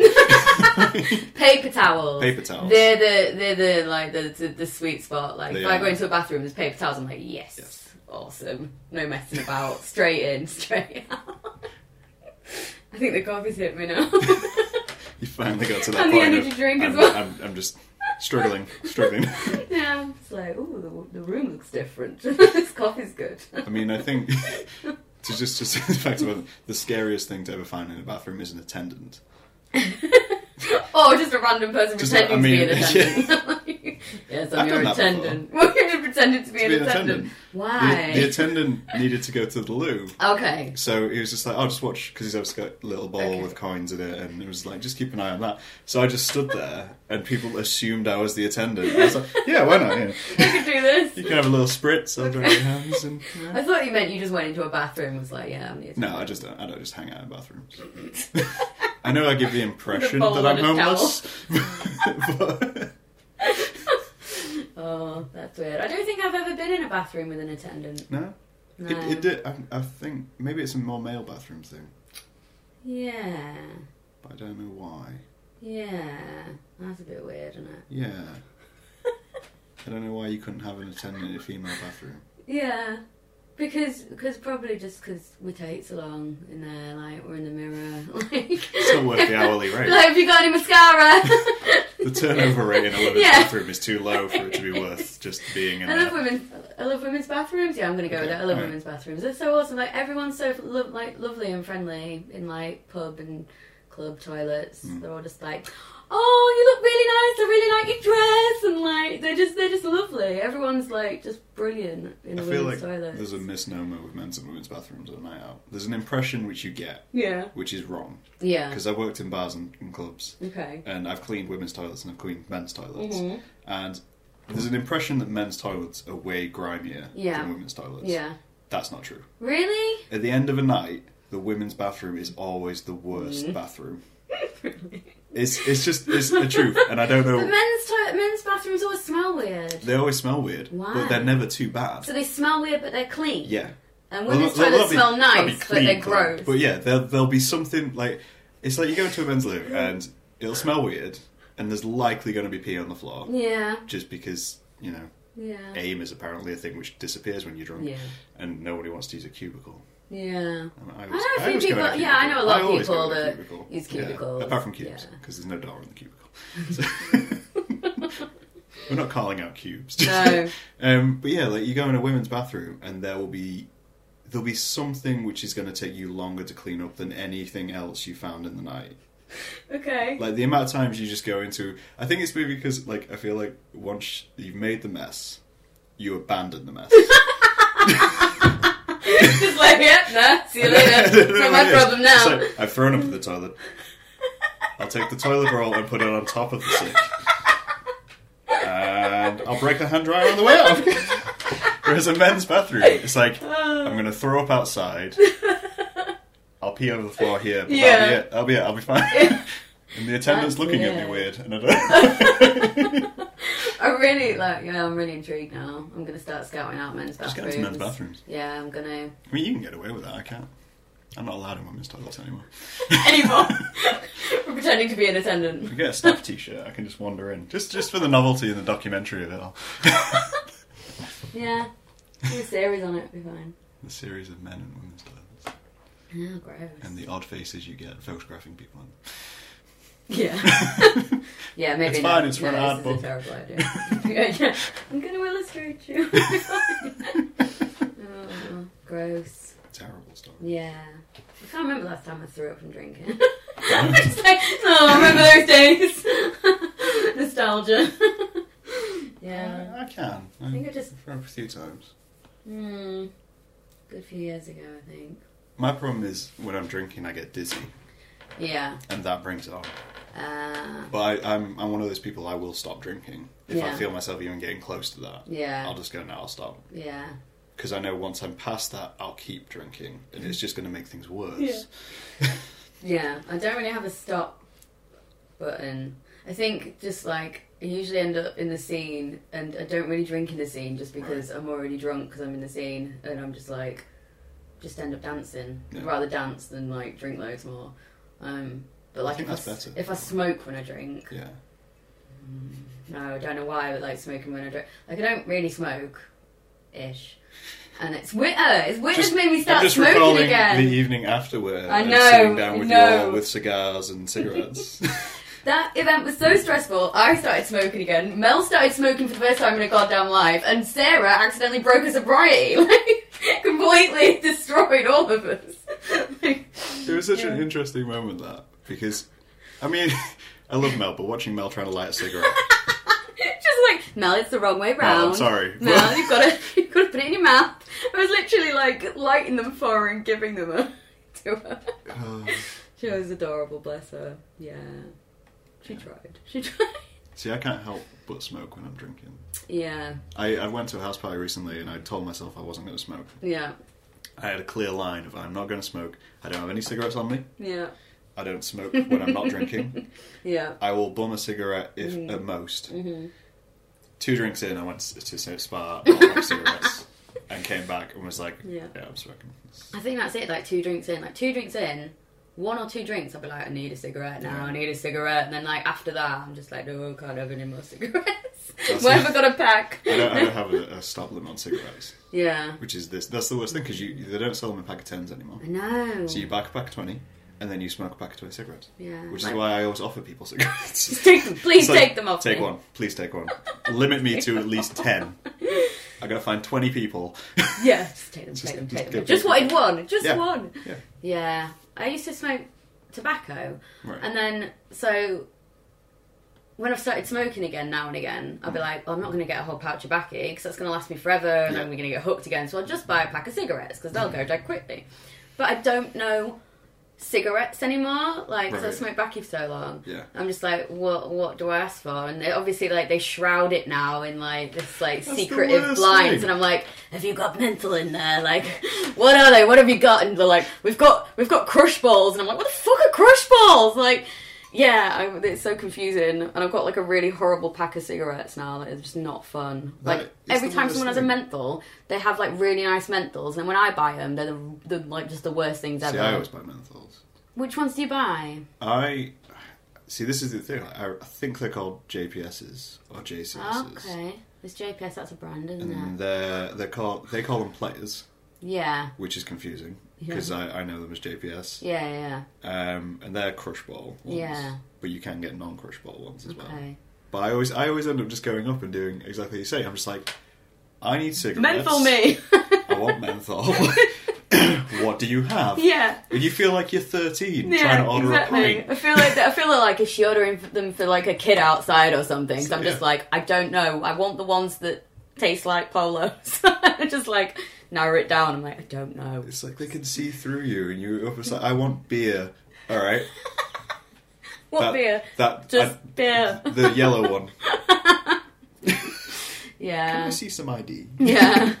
Speaker 1: paper towels.
Speaker 2: Paper towels.
Speaker 1: They're the they're the like the the, the sweet spot. Like
Speaker 2: They
Speaker 1: if I
Speaker 2: are.
Speaker 1: go into a bathroom, there's paper towels. I'm like, yes,
Speaker 2: Yes.
Speaker 1: awesome. No messing about. straight in, straight out. I think the coffee's hit me now.
Speaker 2: You finally got to that
Speaker 1: And the
Speaker 2: point. of,
Speaker 1: energy drink as
Speaker 2: I'm,
Speaker 1: well.
Speaker 2: I'm, I'm just struggling, struggling.
Speaker 1: yeah, it's like, ooh, the, the room looks different. this coffee's good.
Speaker 2: I mean, I think to just just the fact about the scariest thing to ever find in a bathroom is an attendant.
Speaker 1: or just a random person
Speaker 2: Just
Speaker 1: pretending
Speaker 2: not- I
Speaker 1: to be an
Speaker 2: mean,
Speaker 1: attendant. yes, I'm
Speaker 2: I've
Speaker 1: your
Speaker 2: done that before.
Speaker 1: attendant. Why are you pretending to be, an,
Speaker 2: be an
Speaker 1: attendant?
Speaker 2: attendant.
Speaker 1: Why?
Speaker 2: The, the attendant needed to go to the loo,
Speaker 1: okay.
Speaker 2: so he was just like, "I'll just watch," because he's obviously got a little bowl
Speaker 1: Okay.
Speaker 2: with coins in it, and it was like, "Just keep an eye on that." So I just stood there, and people assumed I was the attendant. I was like, "Yeah, why not?" Yeah.
Speaker 1: I could do this.
Speaker 2: You can have a little spritz. I'll dry your hands and.
Speaker 1: I thought you meant you just went into a bathroom and was like, yeah, I'm the
Speaker 2: No, I just don't, I don't just hang out in bathrooms. I know I give the impression
Speaker 1: bowl
Speaker 2: that I'm
Speaker 1: and a towel.
Speaker 2: homeless. but
Speaker 1: oh, that's weird. I don't think I've ever been in a bathroom with an attendant.
Speaker 2: no,
Speaker 1: No.
Speaker 2: it, it did. I, I think maybe it's a more male bathroom thing,
Speaker 1: Yeah.
Speaker 2: but I don't know why.
Speaker 1: Yeah. That's a bit weird, isn't it?
Speaker 2: Yeah, I don't know why you couldn't have an attendant in a female bathroom.
Speaker 1: Yeah. Because, because probably just because we take so long in there, like we're in the mirror, like
Speaker 2: It's not worth the hourly rate.
Speaker 1: Like, have you got any mascara?
Speaker 2: The turnover rate in a women's
Speaker 1: Yeah.
Speaker 2: bathroom is too low for it to be worth just being in
Speaker 1: I love
Speaker 2: there.
Speaker 1: women. I love women's bathrooms. Yeah, I'm gonna go with
Speaker 2: Okay,
Speaker 1: that. I love
Speaker 2: alright.
Speaker 1: women's bathrooms. They're so awesome. Like everyone's so lo- like lovely and friendly in like pub and club toilets.
Speaker 2: Mm.
Speaker 1: They're all just like, oh, you look really nice. I really like your dress, and like they're just they're just lovely. Everyone's like just brilliant in
Speaker 2: I
Speaker 1: the
Speaker 2: feel
Speaker 1: women's
Speaker 2: like
Speaker 1: toilets.
Speaker 2: there's a misnomer with men's and women's bathrooms on a night out. There's an impression which you get,
Speaker 1: yeah,
Speaker 2: which is wrong.
Speaker 1: yeah,
Speaker 2: Because I worked in bars and, and clubs,
Speaker 1: okay.
Speaker 2: and I've cleaned women's toilets and I've cleaned men's toilets.
Speaker 1: Mhm.
Speaker 2: And there's an impression that men's toilets are way grimier
Speaker 1: Yeah.
Speaker 2: than women's toilets.
Speaker 1: Yeah,
Speaker 2: That's not true.
Speaker 1: really,
Speaker 2: At the end of a night, the women's bathroom is always the worst
Speaker 1: Mm-hmm.
Speaker 2: bathroom. It's it's just it's the truth, and I don't
Speaker 1: but
Speaker 2: know.
Speaker 1: men's to- men's bathrooms always smell weird.
Speaker 2: They always smell weird,
Speaker 1: Why?
Speaker 2: but they're never too bad.
Speaker 1: So they smell weird, but they're clean.
Speaker 2: yeah,
Speaker 1: And
Speaker 2: Well,
Speaker 1: women's
Speaker 2: they'll- they'll
Speaker 1: toilets
Speaker 2: be-
Speaker 1: smell
Speaker 2: they'll be
Speaker 1: nice, but
Speaker 2: clean,
Speaker 1: they're
Speaker 2: but-
Speaker 1: gross.
Speaker 2: But yeah, there'll, there'll be something like it's like you go into a men's loo and it'll smell weird, and there's likely going to be pee on the floor
Speaker 1: yeah,
Speaker 2: just because you know
Speaker 1: yeah.
Speaker 2: aim is apparently a thing which disappears when you're drunk,
Speaker 1: Yeah.
Speaker 2: and nobody wants to use a cubicle.
Speaker 1: Yeah.
Speaker 2: And
Speaker 1: I know a few
Speaker 2: always go in
Speaker 1: people- yeah, I know a lot of
Speaker 2: I always
Speaker 1: people
Speaker 2: go in a
Speaker 1: that
Speaker 2: cubicle.
Speaker 1: use
Speaker 2: Yeah,
Speaker 1: cubicles,
Speaker 2: apart from cubes
Speaker 1: yeah.
Speaker 2: because there's no door in the cubicle. So- We're not calling out cubes.
Speaker 1: No.
Speaker 2: um, but yeah, like you go in a women's bathroom and there will be there'll be something which is going to take you longer to clean up than anything else you found in the night.
Speaker 1: Okay.
Speaker 2: Like the amount of times you just go into, I think it's maybe because like I feel like once you've made the mess, you abandon the mess.
Speaker 1: Just like, yep, nah, see you later. It's not my problem now.
Speaker 2: So, I've thrown up in the toilet. I'll take the toilet roll and put it on top of the sink. And I'll break the hand dryer on the way out. Whereas a men's bathroom, it's like, I'm going to throw up outside. I'll pee over the floor here. But
Speaker 1: Yeah.
Speaker 2: That'll be it. That'll be it. I'll be fine. and the attendant's
Speaker 1: That's
Speaker 2: looking at me
Speaker 1: weird.
Speaker 2: weird. And I don't.
Speaker 1: I'm really like, you know, I'm really intrigued now. I'm gonna start scouting out men's
Speaker 2: Just get
Speaker 1: bathrooms.
Speaker 2: into men's bathrooms.
Speaker 1: Yeah, I'm gonna
Speaker 2: I mean, you can get away with that. I can't. I'm not allowed in women's toilets anymore.
Speaker 1: anymore. We're pretending to be an attendant.
Speaker 2: If I get a staff T-shirt, I can just wander in, just just for the novelty and the documentary of it all.
Speaker 1: Yeah, do a series on it, it'll be fine.
Speaker 2: the series of men and women's toilets,
Speaker 1: Oh, gross.
Speaker 2: and the odd faces you get photographing people.
Speaker 1: Yeah, yeah, maybe
Speaker 2: It's
Speaker 1: not.
Speaker 2: fine, it's for
Speaker 1: no,
Speaker 2: an
Speaker 1: this
Speaker 2: art
Speaker 1: is
Speaker 2: book.
Speaker 1: A terrible idea. yeah, yeah. I'm gonna illustrate you. oh, gross.
Speaker 2: Terrible story.
Speaker 1: Yeah. I can't remember last time I threw up from drinking. I'm just like, oh, remember those days? Nostalgia. yeah.
Speaker 2: I, I can.
Speaker 1: I think I just-
Speaker 2: for a few times.
Speaker 1: Hmm. Good few years ago, I think.
Speaker 2: My problem is when I'm drinking, I get dizzy,
Speaker 1: Yeah.
Speaker 2: and that brings it on.
Speaker 1: Uh,
Speaker 2: But I, I'm I'm one of those people. I will stop drinking if I
Speaker 1: Yeah.
Speaker 2: feel myself even getting close to that. I'll
Speaker 1: yeah.
Speaker 2: just go now. I'll stop.
Speaker 1: Yeah.
Speaker 2: because I know once I'm past that, I'll keep drinking, and it's just going to make things worse.
Speaker 1: Yeah. I don't really have a stop button. I think just like. I usually end up in the scene, and I don't really drink in the scene just because I'm already drunk because I'm in the scene, and I'm just like, just end up dancing.
Speaker 2: Yeah.
Speaker 1: I'd rather dance than like drink loads more. Um, but like,
Speaker 2: think
Speaker 1: if, I,
Speaker 2: that's
Speaker 1: s-
Speaker 2: better.
Speaker 1: if I smoke when I drink,
Speaker 2: Yeah,
Speaker 1: No, I don't know why, but like smoking when I drink. Like I don't really smoke, ish. And it's winter. It's winter's
Speaker 2: Just-
Speaker 1: made me
Speaker 2: I'm
Speaker 1: start
Speaker 2: just
Speaker 1: smoking
Speaker 2: recalling
Speaker 1: again.
Speaker 2: the evening after where
Speaker 1: I
Speaker 2: I'm
Speaker 1: know,
Speaker 2: sitting down with
Speaker 1: no.
Speaker 2: you all with cigars and cigarettes.
Speaker 1: That event was so stressful. I started smoking again. Mel started smoking for the first time in her goddamn life, and Sarah accidentally broke her sobriety. Like completely destroyed all of us. Like,
Speaker 2: it was such an
Speaker 1: Yeah.
Speaker 2: interesting moment that because, I mean, I love Mel, but watching Mel trying to light a cigarette.
Speaker 1: just like Mel, it's the wrong way round.
Speaker 2: Mel, I'm sorry.
Speaker 1: Mel, you've got to you've got to put it in your mouth. I was literally like lighting them for her and giving them a, to her.
Speaker 2: Uh,
Speaker 1: She was adorable, bless her. Yeah. She tried. She tried.
Speaker 2: see, I can't help but smoke when I'm drinking.
Speaker 1: Yeah,
Speaker 2: I, I went to a house party recently and I told myself I wasn't going to smoke.
Speaker 1: yeah,
Speaker 2: I had a clear line of I'm not going to smoke. I don't have any cigarettes on me.
Speaker 1: yeah,
Speaker 2: I don't smoke when I'm not drinking.
Speaker 1: yeah.
Speaker 2: I will bum a cigarette if
Speaker 1: Mhm.
Speaker 2: at most.
Speaker 1: Mm-hmm.
Speaker 2: two drinks in, I went to, to say spa, bought like cigarettes, and came back and was like,
Speaker 1: Yeah.
Speaker 2: yeah, I'm smoking.
Speaker 1: I think that's it, like two drinks in. Like two drinks in, one or two drinks, I'll be like, I need a cigarette now, I need a cigarette. And then, like, after that, I'm just like, no, I can't have any more cigarettes.
Speaker 2: That's
Speaker 1: Where
Speaker 2: it.
Speaker 1: have I got a pack?
Speaker 2: I don't, I don't have a, a stop limit on cigarettes,
Speaker 1: yeah.
Speaker 2: which is this. That's the worst thing because you they don't sell them in pack of tens anymore.
Speaker 1: I know.
Speaker 2: So you buy a pack of twenty, and then you smoke a pack of twenty cigarettes,
Speaker 1: yeah.
Speaker 2: which
Speaker 1: like,
Speaker 2: is why I always offer people cigarettes.
Speaker 1: Just take them. Please
Speaker 2: It's like,
Speaker 1: take them off.
Speaker 2: Take
Speaker 1: me.
Speaker 2: one, please take one. Limit me to at least ten. I gotta find twenty people.
Speaker 1: Yeah. Just take them,
Speaker 2: Just-
Speaker 1: take them,
Speaker 2: just
Speaker 1: take
Speaker 2: go
Speaker 1: them. Just
Speaker 2: for it.
Speaker 1: wanted one. Just
Speaker 2: Yeah.
Speaker 1: one.
Speaker 2: Yeah.
Speaker 1: Yeah. I used to smoke tobacco.
Speaker 2: Right.
Speaker 1: And then, so when I've started smoking again now and again, I'll be like, well, I'm not going to get a whole pouch of baccy because that's going to last me forever and then
Speaker 2: Mm. Yeah. Mm.
Speaker 1: we're going to get hooked again. So I'll just buy a pack of cigarettes because they'll go dead quickly. But I don't know cigarettes anymore, like, 'cause
Speaker 2: Right.
Speaker 1: I've smoked baccy for so long.
Speaker 2: Yeah.
Speaker 1: I'm just like, what? What do I ask for? And they, obviously, like they shroud it now in like this like
Speaker 2: That's the
Speaker 1: secretive
Speaker 2: worst
Speaker 1: blinds,
Speaker 2: thing.
Speaker 1: and I'm like, have you got mental in there? Like, what are they? What have you got? And they're like, we've got we've got crush balls, and I'm like, what the fuck are crush balls? Like, yeah, I, it's so confusing, and I've got like a really horrible pack of cigarettes now. Like, it's just not fun.
Speaker 2: That
Speaker 1: like
Speaker 2: is
Speaker 1: every
Speaker 2: the
Speaker 1: time
Speaker 2: worst
Speaker 1: someone has a
Speaker 2: thing.
Speaker 1: menthol, they have like really nice menthols, and when I buy them, they're the, the like just the worst things ever.
Speaker 2: See, I always buy menthols.
Speaker 1: Which ones do you buy?
Speaker 2: I see. This is the thing. I, I think they're called JPSs or JCSs.
Speaker 1: Okay, it's JPS. That's a brand, isn't it?
Speaker 2: and they're they're called they call them players,
Speaker 1: Yeah,
Speaker 2: which is confusing because I, I know them as JPS.
Speaker 1: yeah, yeah.
Speaker 2: Um, and they're crush ball ones,
Speaker 1: Yeah.
Speaker 2: but you can get non crush ball ones as well.
Speaker 1: Okay.
Speaker 2: But I always I always end up just going up and doing exactly what you say. I'm just like, I need cigarettes.
Speaker 1: Menthol me.
Speaker 2: I want menthol. what do you have?
Speaker 1: yeah.
Speaker 2: When you feel like you're 13
Speaker 1: Yeah,
Speaker 2: trying to order a
Speaker 1: exactly.
Speaker 2: pint.
Speaker 1: I feel like I feel like is she ordering for them for like a kid outside or something? 'Cause I'm just
Speaker 2: Yeah.
Speaker 1: like, I don't know. I want the ones that taste like polos. I just like narrow it down. I'm like, I don't know.
Speaker 2: It's like they can see through you, and you're just like, I want beer. All right.
Speaker 1: What
Speaker 2: that,
Speaker 1: beer?
Speaker 2: That
Speaker 1: Just
Speaker 2: I-
Speaker 1: beer.
Speaker 2: the yellow one. Can
Speaker 1: yeah.
Speaker 2: I see some ID?
Speaker 1: Yeah.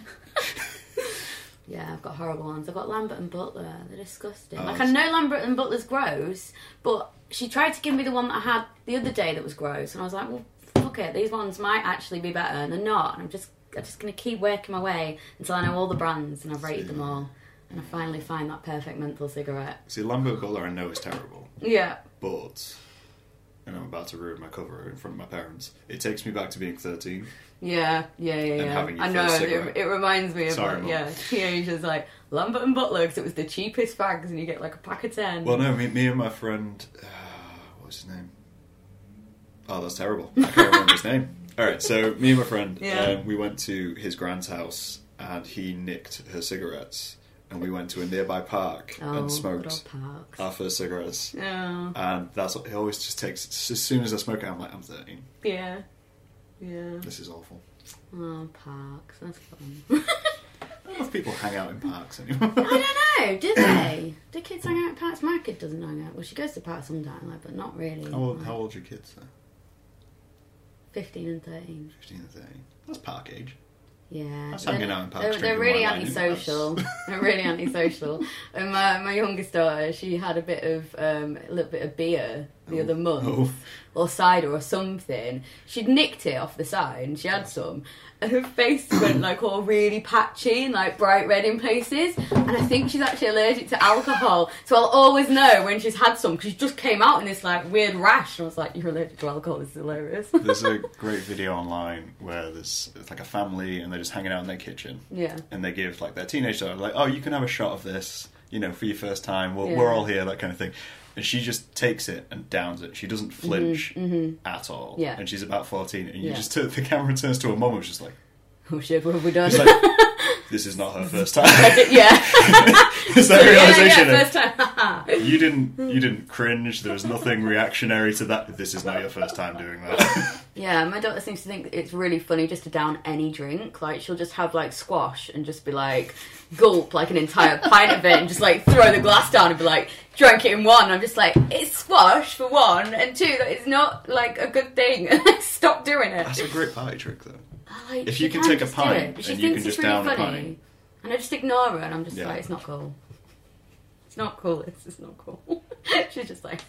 Speaker 1: yeah, I've got horrible ones. I've got Lambert and Butler. They're disgusting.
Speaker 2: Oh,
Speaker 1: like, I
Speaker 2: it's-
Speaker 1: know Lambert and Butler's gross, but she tried to give me the one that I had the other day that was gross, and I was like, well, fuck it. These ones might actually be better, and they're not. And I'm just, I'm just going to keep working my way until I know all the brands and I've rated them all. And I finally find that perfect menthol cigarette.
Speaker 2: See, Lambo Butler, I know is terrible,
Speaker 1: Yeah.
Speaker 2: but and I'm about to ruin my cover in front of my parents. It takes me back to being 13.
Speaker 1: Yeah, yeah, yeah,
Speaker 2: And
Speaker 1: yeah.
Speaker 2: having your
Speaker 1: I know
Speaker 2: first
Speaker 1: it,
Speaker 2: cigarette.
Speaker 1: it reminds me of
Speaker 2: Sorry,
Speaker 1: like,
Speaker 2: Mum.
Speaker 1: yeah, teenagers like Lambert and Butler because it was the cheapest fags and you get like a pack of ten.
Speaker 2: Well, no, me, me and my friend, uh, what was his name? Oh, that's terrible. I can't remember his name. All right, so me and my friend,
Speaker 1: Yeah.
Speaker 2: um, we went to his grand's house, and he nicked her cigarettes, and we went to a nearby park
Speaker 1: oh,
Speaker 2: and smoked
Speaker 1: good old parks.
Speaker 2: our first cigarettes.
Speaker 1: Oh,
Speaker 2: And that's what he always just takes. As soon as I smoke it, I'm like, I'm 13.
Speaker 1: yeah, yeah.
Speaker 2: This is awful.
Speaker 1: Oh, parks. That's fun.
Speaker 2: I don't know if people hang out in parks anymore.
Speaker 1: I don't know. Do they? Do kids hang out at parks? My kid doesn't hang out. Well, she goes to parks sometimes, like, but not really.
Speaker 2: how, old,
Speaker 1: like,
Speaker 2: how old are your kids? Though?
Speaker 1: Fifteen and thirteen.
Speaker 2: 15 and 13. That's park age.
Speaker 1: Yeah,
Speaker 2: That's hanging
Speaker 1: they're-
Speaker 2: out in parks,
Speaker 1: They're, they're
Speaker 2: drinking
Speaker 1: really
Speaker 2: wine, isn't it?
Speaker 1: antisocial.
Speaker 2: That's-
Speaker 1: they're really antisocial. And my, my youngest daughter, she had a bit of um, a little bit of beer the
Speaker 2: Oh,
Speaker 1: other month,
Speaker 2: oh.
Speaker 1: or cider or something. She'd nicked it off the side, and she had some. And her face went like all really patchy and like bright red in places. And I think she's actually allergic to alcohol, so I'll always know when she's had some because she just came out in this like weird rash. And I was like, "You're allergic to alcohol. This is hilarious."
Speaker 2: There's a great video online where there's it's like a family and they're just hanging out in their kitchen
Speaker 1: yeah.
Speaker 2: and they give like their teenage daughter like, oh, you can have a shot of this, you know, for your first time. We're,
Speaker 1: Yeah.
Speaker 2: we're all here, that kind of thing. And she just takes it and downs it. She doesn't flinch at all.
Speaker 1: Mm-hmm, Yeah.
Speaker 2: And she's about 14. And you
Speaker 1: Yeah.
Speaker 2: just the camera turns to her mum and she's just like,
Speaker 1: Oh shit! What have we done?
Speaker 2: it's like this is not her first time.
Speaker 1: yeah.
Speaker 2: it's that realization.
Speaker 1: Yeah,
Speaker 2: of-
Speaker 1: yeah, first time.
Speaker 2: you didn't you didn't cringe there was nothing reactionary to that this is not your first time doing that
Speaker 1: yeah, my daughter seems to think it's really funny just to down any drink. Like she'll just have like squash and just be like gulp like an entire pint of it and just like throw the glass down and be like drank it in one. I'm just like it's squash for one and two that is not like a good thing. Stop doing it.
Speaker 2: that's a great party trick though
Speaker 1: Like,
Speaker 2: If
Speaker 1: she
Speaker 2: you can take a
Speaker 1: just do
Speaker 2: pint
Speaker 1: it, but she
Speaker 2: and you
Speaker 1: thinks
Speaker 2: can
Speaker 1: it's
Speaker 2: just
Speaker 1: really
Speaker 2: down a
Speaker 1: funny.
Speaker 2: pint.
Speaker 1: and I just ignore her, and I'm just
Speaker 2: Yeah.
Speaker 1: like, it's not cool. It's not cool. It's just not cool. She's just like,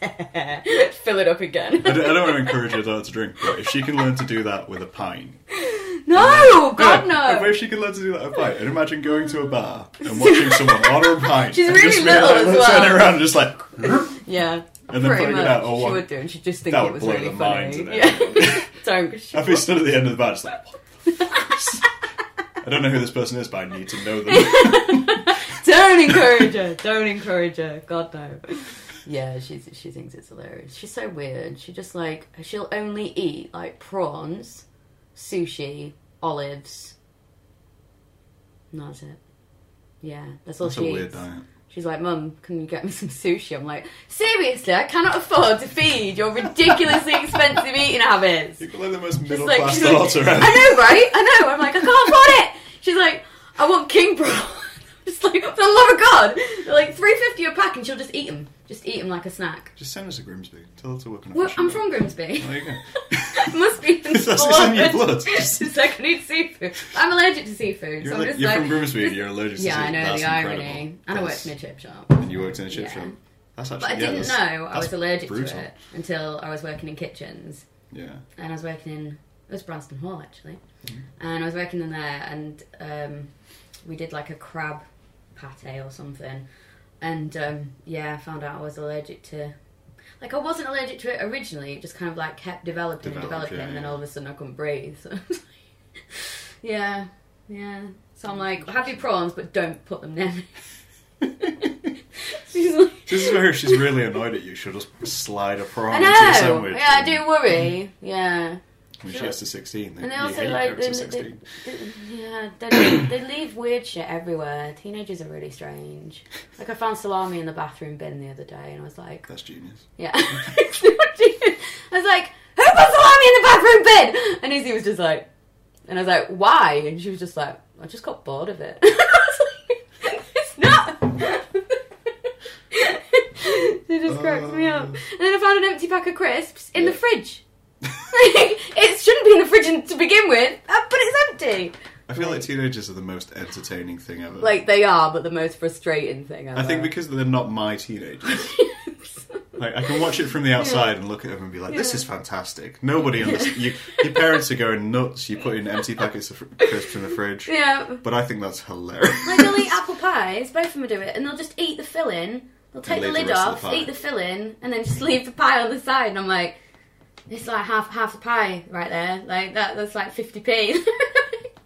Speaker 1: fill it up again.
Speaker 2: I don't, I don't want to encourage your daughter to drink but if she can learn to do that with a pint
Speaker 1: No, God
Speaker 2: Yeah,
Speaker 1: no.
Speaker 2: if she can learn to do that with a pint and imagine going to a bar and watching someone order a pint
Speaker 1: She's
Speaker 2: and
Speaker 1: really
Speaker 2: just
Speaker 1: little
Speaker 2: being like,
Speaker 1: as well.
Speaker 2: turn around and just like
Speaker 1: Yeah,
Speaker 2: And then
Speaker 1: pretty
Speaker 2: putting it
Speaker 1: much.
Speaker 2: out, oh,
Speaker 1: she
Speaker 2: what-
Speaker 1: would do, and she'd just think
Speaker 2: that
Speaker 1: it
Speaker 2: would
Speaker 1: was
Speaker 2: blow
Speaker 1: really
Speaker 2: their
Speaker 1: funny.
Speaker 2: minds and
Speaker 1: yeah,
Speaker 2: everything.
Speaker 1: don't. 'cause she-
Speaker 2: I've been stood at the end of the bar just like what the fuck is- I don't know who this person is but I need to know them
Speaker 1: don't encourage her. Don't encourage her. God no. Yeah, she's she thinks it's hilarious. She's so weird. She just like she'll only eat like prawns, sushi, olives. And That's it. Yeah, that's all
Speaker 2: that's a
Speaker 1: she eats.
Speaker 2: weird diet
Speaker 1: She's like, Mum, can you get me some sushi? I'm like, Seriously, I cannot afford to feed your ridiculously expensive eating habits.
Speaker 2: you're like the most
Speaker 1: She's
Speaker 2: middle
Speaker 1: like,
Speaker 2: class
Speaker 1: she's like,
Speaker 2: daughter
Speaker 1: I know, right? I know. I'm like, I can't afford it. She's like, I want king prawn. I'm Just like, for the love of God, They're like three fifty a pack, and she'll just eat them. Just eat them like a snack.
Speaker 2: Just send us to Grimsby. Tell her to work on a
Speaker 1: Well,
Speaker 2: fishing
Speaker 1: I'm
Speaker 2: boat.
Speaker 1: from Grimsby.
Speaker 2: There you go.
Speaker 1: Must be in
Speaker 2: Oh, That's
Speaker 1: blood.
Speaker 2: what's in your blood.
Speaker 1: It's like I need seafood. I'm allergic to seafood.
Speaker 2: You're,
Speaker 1: so
Speaker 2: like-
Speaker 1: I'm just
Speaker 2: you're
Speaker 1: like,
Speaker 2: from Grimsby and you're allergic to
Speaker 1: yeah,
Speaker 2: seafood.
Speaker 1: I know
Speaker 2: That's
Speaker 1: the
Speaker 2: incredible.
Speaker 1: irony. And I worked
Speaker 2: That's-
Speaker 1: in a chip shop.
Speaker 2: And you worked in a chip
Speaker 1: Yeah.
Speaker 2: shop. That's actually.
Speaker 1: But I
Speaker 2: yeah,
Speaker 1: didn't
Speaker 2: that's-
Speaker 1: know I was
Speaker 2: that's
Speaker 1: allergic
Speaker 2: brutal.
Speaker 1: to it until I was working in kitchens.
Speaker 2: Yeah.
Speaker 1: and I was working in it was Branston Hall actually,
Speaker 2: Mm-hmm.
Speaker 1: and I was working in there, and um, we did like a crab pate or something, and um, yeah, I found out I was allergic to. Like I wasn't allergic to it originally; it just kind of like kept developing
Speaker 2: Developed,
Speaker 1: and developing,
Speaker 2: yeah,
Speaker 1: and then
Speaker 2: yeah.
Speaker 1: all of a sudden I couldn't breathe. So yeah, yeah. So I'm like, have your prawns, but don't put them near me. She's like,
Speaker 2: This is where if she's really annoyed at you, she'll just slide a prawn
Speaker 1: I
Speaker 2: into your
Speaker 1: know.
Speaker 2: sandwich.
Speaker 1: Yeah, I
Speaker 2: and-
Speaker 1: do worry. Yeah,
Speaker 2: When she
Speaker 1: Sure.
Speaker 2: gets to 16, they,
Speaker 1: And they
Speaker 2: you
Speaker 1: also
Speaker 2: hate
Speaker 1: like
Speaker 2: her
Speaker 1: they,
Speaker 2: to
Speaker 1: they,
Speaker 2: 16.
Speaker 1: they- yeah, they, they leave weird shit everywhere. Teenagers are really strange. Like I found salami in the bathroom bin the other day, and I was like,
Speaker 2: That's genius.
Speaker 1: yeah, it's not even- I was like, who put salami in the bathroom bin? And Izzy was just like, and I was like, why? And she was just like, I just got bored of it. I was like, it's not. it just cracks me up.
Speaker 2: Um.
Speaker 1: And then I found an empty pack of crisps in the
Speaker 2: Yeah.
Speaker 1: fridge. Like, it shouldn't be in the fridge in- to begin with, uh, but it's empty.
Speaker 2: I feel like
Speaker 1: Right.
Speaker 2: teenagers are the most entertaining thing ever.
Speaker 1: Like they are, but the most frustrating thing ever.
Speaker 2: I think because they're not my teenagers. Like I can watch it from the outside and look at them and be like, "This
Speaker 1: Yeah.
Speaker 2: is fantastic." Nobody understands. You, your parents are going nuts. You put in empty packets of fr- crisps in the fridge,
Speaker 1: yeah.
Speaker 2: but I think that's hilarious.
Speaker 1: Like they'll eat apple pies, both of them do it, and they'll just eat the filling. They'll take the
Speaker 2: leave
Speaker 1: lid
Speaker 2: the rest of
Speaker 1: off,
Speaker 2: the pie.
Speaker 1: eat the filling, and then just leave the pie on the side. And I'm like, it's like half half the pie right there. Like that, that's like fifty p.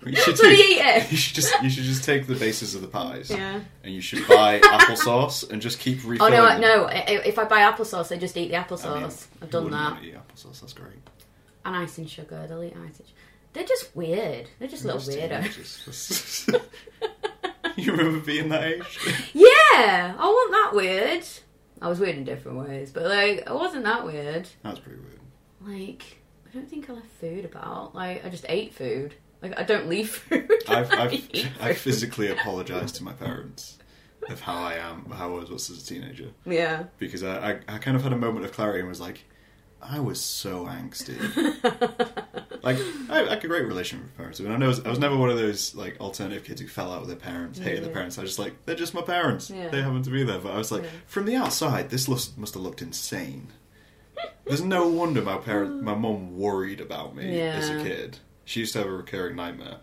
Speaker 2: You should,
Speaker 1: Bloody
Speaker 2: do-
Speaker 1: eat it.
Speaker 2: you should just you should just take the bases of the pies,
Speaker 1: Yeah.
Speaker 2: and you should buy applesauce and just keep
Speaker 1: Oh
Speaker 2: refilling.
Speaker 1: no, I-
Speaker 2: it.
Speaker 1: no! I- I- If I buy applesauce, I just eat the
Speaker 2: I mean,
Speaker 1: applesauce.
Speaker 2: who
Speaker 1: I've done
Speaker 2: wouldn't
Speaker 1: that.
Speaker 2: wanna eat applesauce. That's great.
Speaker 1: And ice and sugar. They'll eat ice and sugar. They're just weird. They're just little
Speaker 2: Just
Speaker 1: weirdos.
Speaker 2: teenagers. you remember being that age?
Speaker 1: yeah, I wasn't that weird. I was weird in different ways, but like I wasn't that weird.
Speaker 2: That's pretty weird.
Speaker 1: Like, I don't think I left food about. Like, I just ate food. Like, I don't leave food.
Speaker 2: I've,
Speaker 1: I
Speaker 2: I've,
Speaker 1: eat
Speaker 2: I
Speaker 1: food.
Speaker 2: physically apologized to my parents of how I am, how I was as a teenager,
Speaker 1: Yeah.
Speaker 2: because I, I, I kind of had a moment of clarity and was like, I was so angsty. Like, I, I had a great relationship with my parents. I mean, I, know I, was, I was never one of those, like, alternative kids who fell out with their parents, hated their
Speaker 1: Yeah.
Speaker 2: parents. I was just like, they're just my parents.
Speaker 1: Yeah.
Speaker 2: They happen to be there. But I was like,
Speaker 1: Yeah.
Speaker 2: from the outside, this looks, must have looked insane. There's no wonder my parent, my mum worried about me as a
Speaker 1: Mm. Yeah.
Speaker 2: kid. She used to have a recurring nightmare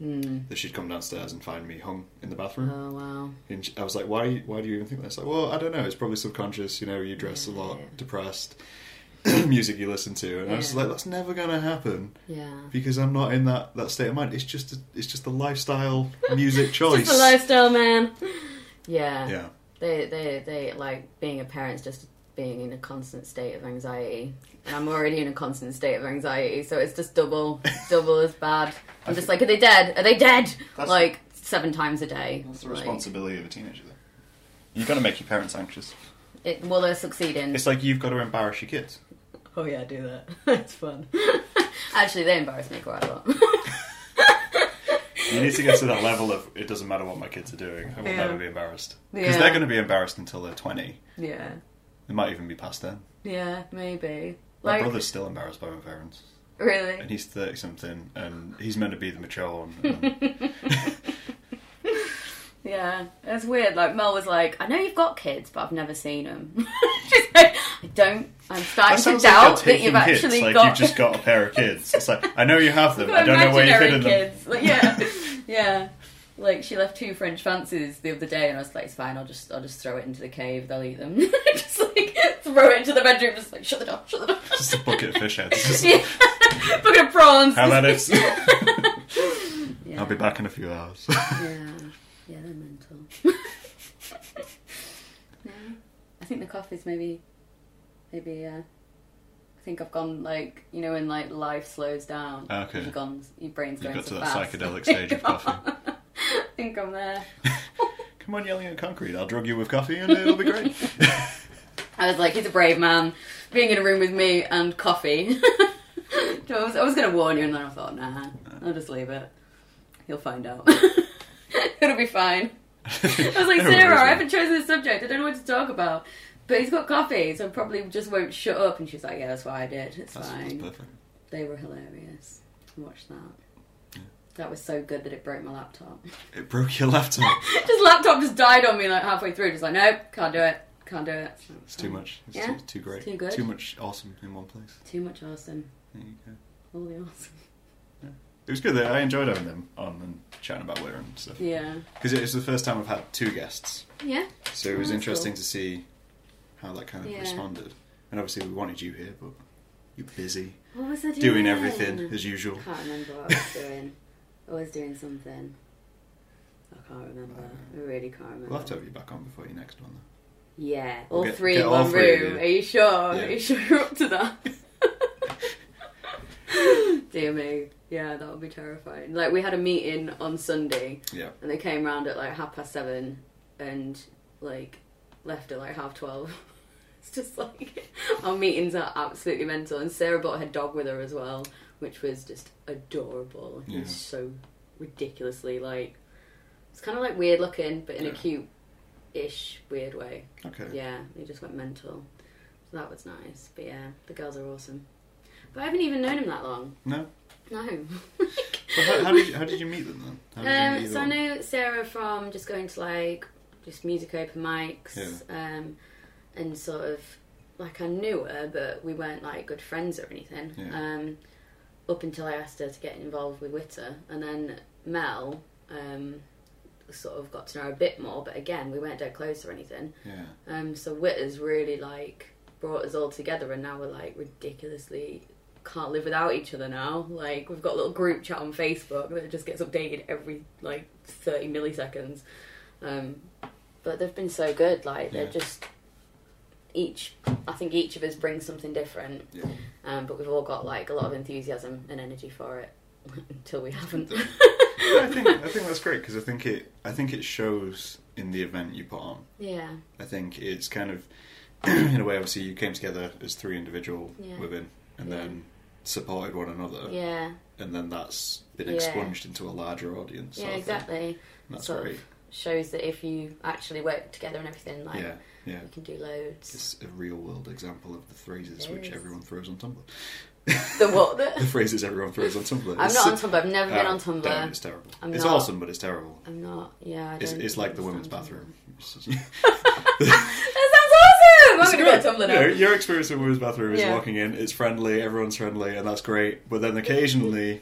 Speaker 1: Hmm.
Speaker 2: that she'd come downstairs and find me hung in the bathroom.
Speaker 1: Oh, wow.
Speaker 2: And she- I was like, why, why do you even think that? It's like, well, I don't know. It's probably subconscious. You know, you dress a lot,
Speaker 1: Yeah.
Speaker 2: depressed, music you listen to. And I was
Speaker 1: Yeah.
Speaker 2: like, that's never going to happen
Speaker 1: Yeah.
Speaker 2: because I'm not in that, that state of mind. It's just a, it's just a lifestyle music choice.
Speaker 1: Just a lifestyle, man. Yeah.
Speaker 2: Yeah.
Speaker 1: They, they, they, like, being a parent's just being in a constant state of anxiety. And I'm already in a constant state of anxiety, so it's just double, double as bad. I'm just like, are they dead? Are they dead?
Speaker 2: That's-
Speaker 1: like, seven times a day.
Speaker 2: That's the
Speaker 1: Like,
Speaker 2: responsibility of a teenager, though. You've got to make your parents anxious.
Speaker 1: it, will they succeed in?
Speaker 2: It's like you've got to embarrass your kids.
Speaker 1: Oh yeah, do that. it's fun. Actually, they embarrass me quite a lot.
Speaker 2: You need to get to that level of it doesn't matter what my kids are doing, I will
Speaker 1: Yeah.
Speaker 2: never be embarrassed. Because
Speaker 1: Yeah.
Speaker 2: they're going to be embarrassed until they're 20.
Speaker 1: yeah,
Speaker 2: It might even be past then.
Speaker 1: yeah, maybe.
Speaker 2: My
Speaker 1: Like
Speaker 2: brother's still embarrassed by my parents,
Speaker 1: really.
Speaker 2: and he's thirty something, and he's meant to be the mature one. and-
Speaker 1: Yeah, that's weird. Like Mel was like, I know you've got kids, but I've never seen them. She's like, I don't. I'm
Speaker 2: that
Speaker 1: starting to
Speaker 2: sounds like you're
Speaker 1: doubt that
Speaker 2: taking
Speaker 1: you've
Speaker 2: kids.
Speaker 1: actually
Speaker 2: Like
Speaker 1: got.
Speaker 2: you've just got a pair of kids. It's like I know you have them.
Speaker 1: Got
Speaker 2: I don't know where you've
Speaker 1: imaginary
Speaker 2: hidden them.
Speaker 1: kids. Like, yeah, yeah. Like she left two French fancies the other day, and I was like, "It's fine. I'll just, I'll just throw it into the cave. They'll eat them. just like throw it into the bedroom. Just like shut the door. Shut the door.
Speaker 2: Just a bucket of fish heads. Just-
Speaker 1: yeah. Bucket of prawns.
Speaker 2: Have at it.
Speaker 1: yeah.
Speaker 2: I'll be back in a few hours.
Speaker 1: Yeah. Yeah, they're mental. no. I think the coffee's maybe maybe uh I think I've gone like you know when like life slows down.
Speaker 2: Ah, Okay.
Speaker 1: You've gone your brain's
Speaker 2: You
Speaker 1: going
Speaker 2: got
Speaker 1: so
Speaker 2: to that
Speaker 1: fast.
Speaker 2: psychedelic stage of coffee.
Speaker 1: I think I'm there.
Speaker 2: Come on, yelling at concrete. I'll drug you with coffee, and it'll be great.
Speaker 1: I was like, he's a brave man, being in a room with me and coffee. I was, I was going to warn you, and then I thought, nah, I'll just leave it. He'll find out. It'll be fine. I was like,
Speaker 2: No
Speaker 1: Sarah, I
Speaker 2: worries,
Speaker 1: haven't chosen this subject. I don't know what to talk about. But he's got coffee, so I probably just won't shut up. And she's like, yeah, that's what I did. It's
Speaker 2: That's, that's
Speaker 1: fine.
Speaker 2: perfect.
Speaker 1: they were hilarious. Watch that. That was so good that it broke my laptop.
Speaker 2: It broke your laptop.
Speaker 1: just laptop just died on me like halfway through. Just like, nope, can't do it. Can't do it.
Speaker 2: It's too much. It's
Speaker 1: Oh. Yeah.
Speaker 2: too, too great.
Speaker 1: Too good.
Speaker 2: much awesome in one place.
Speaker 1: Too much awesome.
Speaker 2: There you go.
Speaker 1: All the awesome.
Speaker 2: It was good. Though. I enjoyed having them on and chatting about Witter and stuff.
Speaker 1: Yeah.
Speaker 2: Because it was the first time I've had two guests,
Speaker 1: Yeah.
Speaker 2: so it
Speaker 1: Oh,
Speaker 2: was
Speaker 1: that's
Speaker 2: interesting
Speaker 1: cool.
Speaker 2: to see how that kind of
Speaker 1: Yeah.
Speaker 2: responded. And obviously, we wanted you here, but you're busy
Speaker 1: What was I doing?
Speaker 2: doing everything as usual.
Speaker 1: I can't remember what I was doing. I was doing something. I can't remember. I really can't remember.
Speaker 2: We'll have to have you back on before your next one.
Speaker 1: Yeah, all
Speaker 2: We'll get-
Speaker 1: three
Speaker 2: get
Speaker 1: in
Speaker 2: all
Speaker 1: one
Speaker 2: three of
Speaker 1: room.
Speaker 2: you.
Speaker 1: Are you sure?
Speaker 2: Yeah.
Speaker 1: Are you sure you're up to that? Dear me. Yeah, that would be terrifying. Like, we had a meeting on Sunday,
Speaker 2: Yeah.
Speaker 1: and they came round at like half past seven and like left at like half twelve. It's just like our meetings are absolutely mental. And Sarah brought her dog with her as well, which was just adorable. He
Speaker 2: Yeah.
Speaker 1: was so ridiculously like it's kind of like weird looking, but in a
Speaker 2: Yeah.
Speaker 1: cute ish weird way.
Speaker 2: Okay.
Speaker 1: Yeah, he just went mental. So that was nice. But yeah, the girls are awesome. But I haven't even known him that long.
Speaker 2: No.
Speaker 1: No.
Speaker 2: But how, how did you, how did you meet them then? How did you
Speaker 1: Um,
Speaker 2: meet
Speaker 1: so I
Speaker 2: them?
Speaker 1: know Sarah from just going to like just music open mics, um, and sort of like I knew her, but we weren't like good friends or anything.
Speaker 2: Yeah.
Speaker 1: Um, up until I asked her to get involved with Witter, and then Mel um, sort of got to know her a bit more, but again we weren't dead close or anything.
Speaker 2: Yeah.
Speaker 1: Um, so Witter's really like brought us all together, and now we're like ridiculously can't live without each other now. Like we've got a little group chat on Facebook that just gets updated every like thirty milliseconds. Um, but they've been so good. Like they're
Speaker 2: Yeah.
Speaker 1: just each. I think each of us brings something different,
Speaker 2: Yeah.
Speaker 1: um, but we've all got like a lot of enthusiasm and energy for it until we haven't.
Speaker 2: I think I think that's great because I think it I think it shows in the event you put on.
Speaker 1: yeah,
Speaker 2: I think it's kind of in a way obviously you came together as three individual
Speaker 1: Yeah.
Speaker 2: women and
Speaker 1: Yeah.
Speaker 2: then supported one another
Speaker 1: yeah,
Speaker 2: and then that's been
Speaker 1: Yeah.
Speaker 2: expunged into a larger audience.
Speaker 1: yeah.
Speaker 2: sort of thing.
Speaker 1: Exactly.
Speaker 2: That's
Speaker 1: Sort of
Speaker 2: great.
Speaker 1: Shows that if you actually work together and everything, like
Speaker 2: Yeah. Yeah.
Speaker 1: You can do loads.
Speaker 2: It's a real world example of the phrases
Speaker 1: It
Speaker 2: which
Speaker 1: is.
Speaker 2: everyone throws on Tumblr.
Speaker 1: The what?
Speaker 2: the phrases everyone throws on Tumblr.
Speaker 1: I'm
Speaker 2: It's-
Speaker 1: not on Tumblr. I've never been
Speaker 2: Oh,
Speaker 1: on Tumblr.
Speaker 2: Damn, it's terrible.
Speaker 1: I'm
Speaker 2: it's
Speaker 1: not.
Speaker 2: awesome, but it's terrible.
Speaker 1: I'm not. Yeah. I
Speaker 2: It's,
Speaker 1: don't
Speaker 2: it's like the women's
Speaker 1: understand
Speaker 2: bathroom.
Speaker 1: Tumblr. that sounds awesome. I'm
Speaker 2: It's
Speaker 1: gonna
Speaker 2: great.
Speaker 1: go on Tumblr
Speaker 2: You know,
Speaker 1: now.
Speaker 2: your experience in women's bathroom is
Speaker 1: Yeah.
Speaker 2: walking in, it's friendly, everyone's friendly, and that's great. But then occasionally,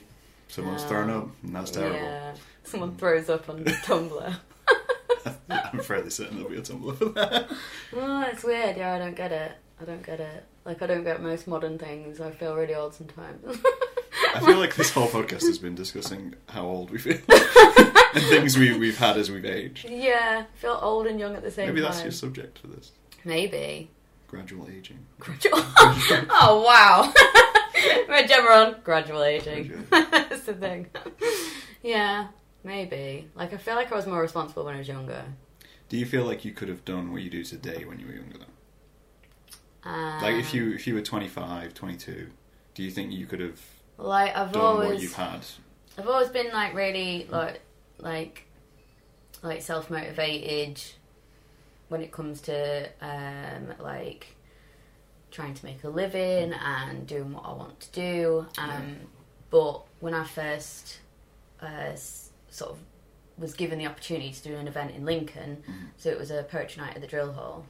Speaker 2: someone's
Speaker 1: Oh.
Speaker 2: thrown up, and that's terrible.
Speaker 1: Yeah. Someone throws up on Tumblr.
Speaker 2: I'm fairly certain there'll be a Tumblr for that.
Speaker 1: oh, it's weird. Yeah, I don't get it. I don't get it. Like I don't get most modern things. I feel really old sometimes.
Speaker 2: I feel like this whole podcast has been discussing how old we feel and things we, we've had as we've aged.
Speaker 1: yeah, I feel old and young at the same
Speaker 2: Maybe
Speaker 1: time.
Speaker 2: that's your subject for this
Speaker 1: Maybe.
Speaker 2: gradual aging.
Speaker 1: Gradual. oh wow. Red Gemmeron. Gradual aging. That's the thing. yeah, maybe. Like I feel like I was more responsible when I was younger.
Speaker 2: Do you feel like you could have done what you do today when you were younger? Though?
Speaker 1: Um,
Speaker 2: Like if you if you were 25, 22, do you think you could have
Speaker 1: like I've
Speaker 2: done what
Speaker 1: always
Speaker 2: you've had?
Speaker 1: I've always been like really like like like self motivated when it comes to um like trying to make a living and doing what I want to do. Um, But when I first uh, s- sort of was given the opportunity to do an event in Lincoln, so it was a poetry night at the Drill Hall,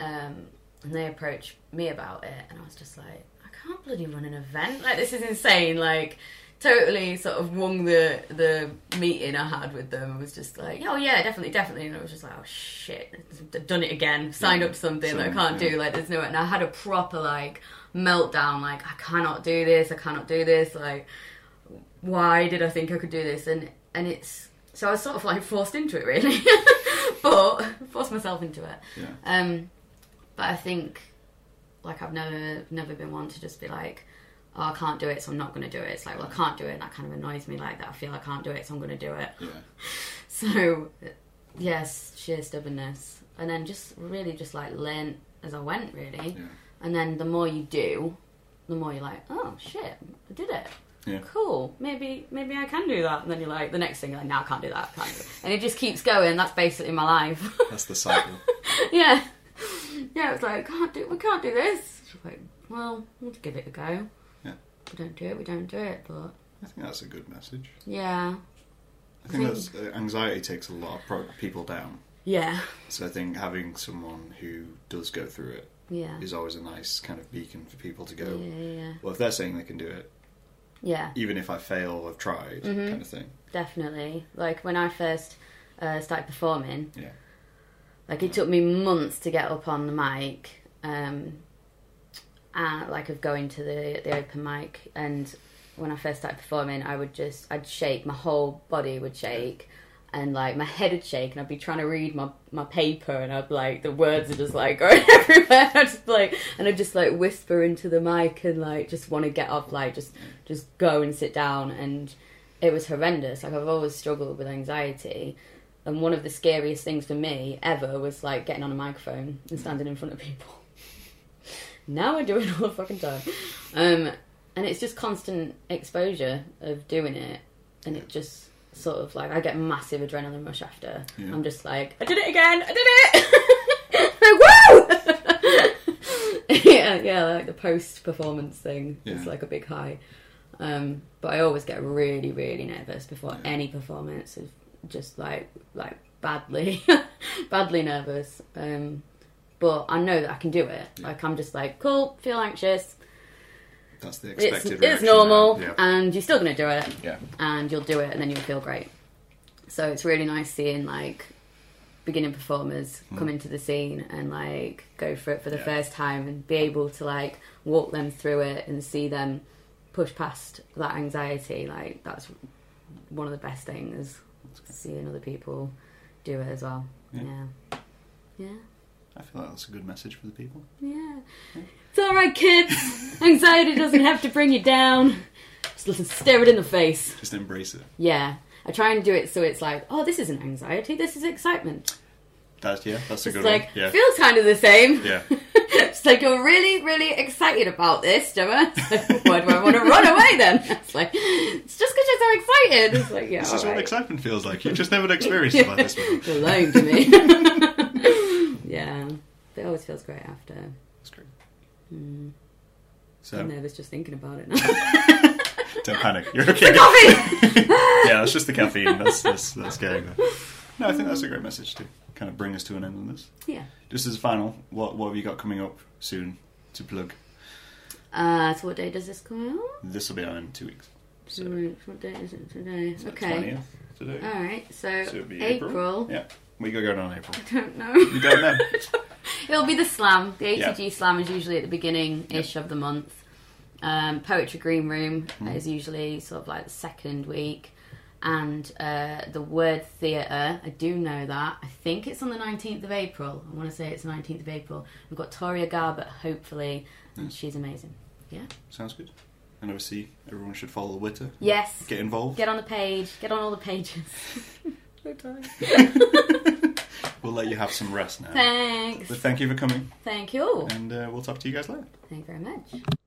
Speaker 1: um, and they approached me about it, and I was just like, I can't bloody run an event like this is insane. Like, totally sort of won the the meeting I had with them. I was just like, oh yeah, definitely, definitely, and I was just like, oh shit, I've done it again. Signed up to something that I
Speaker 2: Same,
Speaker 1: can't
Speaker 2: yeah.
Speaker 1: do. Like, there's no. And I had a proper like meltdown. Like, I cannot do this. I cannot do this. Like why did I think I could do this? And and it's so I was sort of like forced into it really, but forced myself into it.
Speaker 2: Yeah.
Speaker 1: Um, but I think like I've never never been one to just be like, oh, I can't do it, so I'm not going to do it. It's like, well, I can't do it, and that kind of annoys me. Like that, I feel I can't do it, so I'm going to do it.
Speaker 2: Yeah.
Speaker 1: So yes, sheer stubbornness, and then just really just like learn as I went really.
Speaker 2: Yeah.
Speaker 1: And then the more you do, the more you're like, oh shit, I did it.
Speaker 2: Yeah.
Speaker 1: Cool. Maybe maybe I can do that. And then you're like, the next thing, you're like, now I can't do that. I can't do it. And it just keeps going. That's basically my life.
Speaker 2: That's the cycle.
Speaker 1: yeah. Yeah, it's like, can't do, we can't do this. It's like, well, we'll give it a go.
Speaker 2: Yeah.
Speaker 1: We don't do it, we don't do it. But
Speaker 2: I think that's a good message.
Speaker 1: yeah.
Speaker 2: I think that's uh, anxiety takes a lot of pro- people down.
Speaker 1: Yeah.
Speaker 2: So I think having someone who does go through it
Speaker 1: Yeah.
Speaker 2: is always a nice kind of beacon for people to
Speaker 1: Mm. Yeah,
Speaker 2: go.
Speaker 1: yeah, yeah.
Speaker 2: Well, if they're saying they can do it,
Speaker 1: Yeah.
Speaker 2: even if I fail, I've tried,
Speaker 1: Mm-hmm.
Speaker 2: kind of thing.
Speaker 1: Definitely. Like when I first uh, started performing,
Speaker 2: Yeah.
Speaker 1: like it took me months to get up on the mic, um, and like of going to the the open mic. And when I first started performing, I would just I'd shake, my whole body would shake, and like my head would shake and I'd be trying to read my, my paper and I'd like the words are just like going everywhere and I'd just like and I'd just like whisper into the mic and like just want to get up like just just go and sit down and it was horrendous like I've always struggled with anxiety and one of the scariest things for me ever was like getting on a microphone and standing in front of people now I do it all the fucking time um and it's just constant exposure of doing it and it just sort of like I get massive adrenaline rush after.
Speaker 2: Yeah.
Speaker 1: I'm just like, I did it again, I did it, like, woo! yeah, yeah, like the post performance thing. It's
Speaker 2: Yeah.
Speaker 1: like a big high. Um, but I always get really, really nervous before
Speaker 2: Yeah.
Speaker 1: any performance. Of just like, like badly, badly nervous. Um, but I know that I can do it.
Speaker 2: Yeah.
Speaker 1: Like I'm just like, cool, feel anxious.
Speaker 2: That's the
Speaker 1: It's,
Speaker 2: expected
Speaker 1: it's
Speaker 2: reaction
Speaker 1: normal,
Speaker 2: now. Yeah.
Speaker 1: and you're still gonna do it
Speaker 2: yeah.
Speaker 1: and you'll do it and then you'll feel great. So it's really nice seeing like beginning performers come into the scene and like go for it for the
Speaker 2: Hmm. Yeah.
Speaker 1: first time and be able to like walk them through it and see them push past that anxiety. Like that's one of the best things seeing other people do it as well.
Speaker 2: Yeah.
Speaker 1: Yeah. Yeah.
Speaker 2: I feel like that's a good message for the people.
Speaker 1: Yeah. It's alright kids. Anxiety doesn't have to bring you down. Just listen stare it in the face.
Speaker 2: Just embrace it.
Speaker 1: Yeah. I try and do it so it's like, oh, this isn't anxiety, this is excitement.
Speaker 2: That's yeah. That's a
Speaker 1: It's
Speaker 2: good
Speaker 1: like,
Speaker 2: one. Yeah.
Speaker 1: feels kind of the same.
Speaker 2: Yeah.
Speaker 1: it's like, you're really, really excited about this, Gemma. So why do I want to run away then? It's like, it's just because you're so excited. It's like, yeah,
Speaker 2: This
Speaker 1: all
Speaker 2: is
Speaker 1: right.
Speaker 2: what excitement feels like. You just never experienced it like this before.
Speaker 1: You're lying to me. yeah. But it always feels great after.
Speaker 2: That's great.
Speaker 1: Mm. I'm
Speaker 2: So
Speaker 1: nervous just thinking about it now.
Speaker 2: don't panic. You're okay.
Speaker 1: Coffee!
Speaker 2: yeah, that's just the caffeine. That's that's that's getting there. No, I think that's a great message to kind of bring us to an end on this.
Speaker 1: yeah.
Speaker 2: Just as a final, what what have you got coming up soon to plug?
Speaker 1: Uh, so what day does this come out?
Speaker 2: This will be out in two weeks. So
Speaker 1: what day is it today?
Speaker 2: it's the
Speaker 1: Okay. Uh,
Speaker 2: 20th today.
Speaker 1: All right, so,
Speaker 2: So it'll be
Speaker 1: April.
Speaker 2: April. Yeah, we got going on April.
Speaker 1: I don't know. You
Speaker 2: don't know?
Speaker 1: It'll be the slam. The
Speaker 2: Yeah.
Speaker 1: ATG slam is usually at the beginning ish of the month. Um, Poetry Green Room
Speaker 2: Mm-hmm.
Speaker 1: is usually sort of like the second week. And uh, the Word Theatre, I do know that. I think it's on the 19th of April. I want to say it's 19th of April. We've got Toria Garbutt, hopefully,
Speaker 2: Mm.
Speaker 1: and she's amazing.
Speaker 2: Sounds good. And obviously, everyone should follow the Witter.
Speaker 1: Yes.
Speaker 2: Get involved.
Speaker 1: Get on the page. Get on all the pages. so tired.
Speaker 2: We'll let you have some rest now.
Speaker 1: Thanks.
Speaker 2: But thank you for coming,
Speaker 1: Thank you all.
Speaker 2: and uh, we'll talk to you guys later.
Speaker 1: Thank you very much.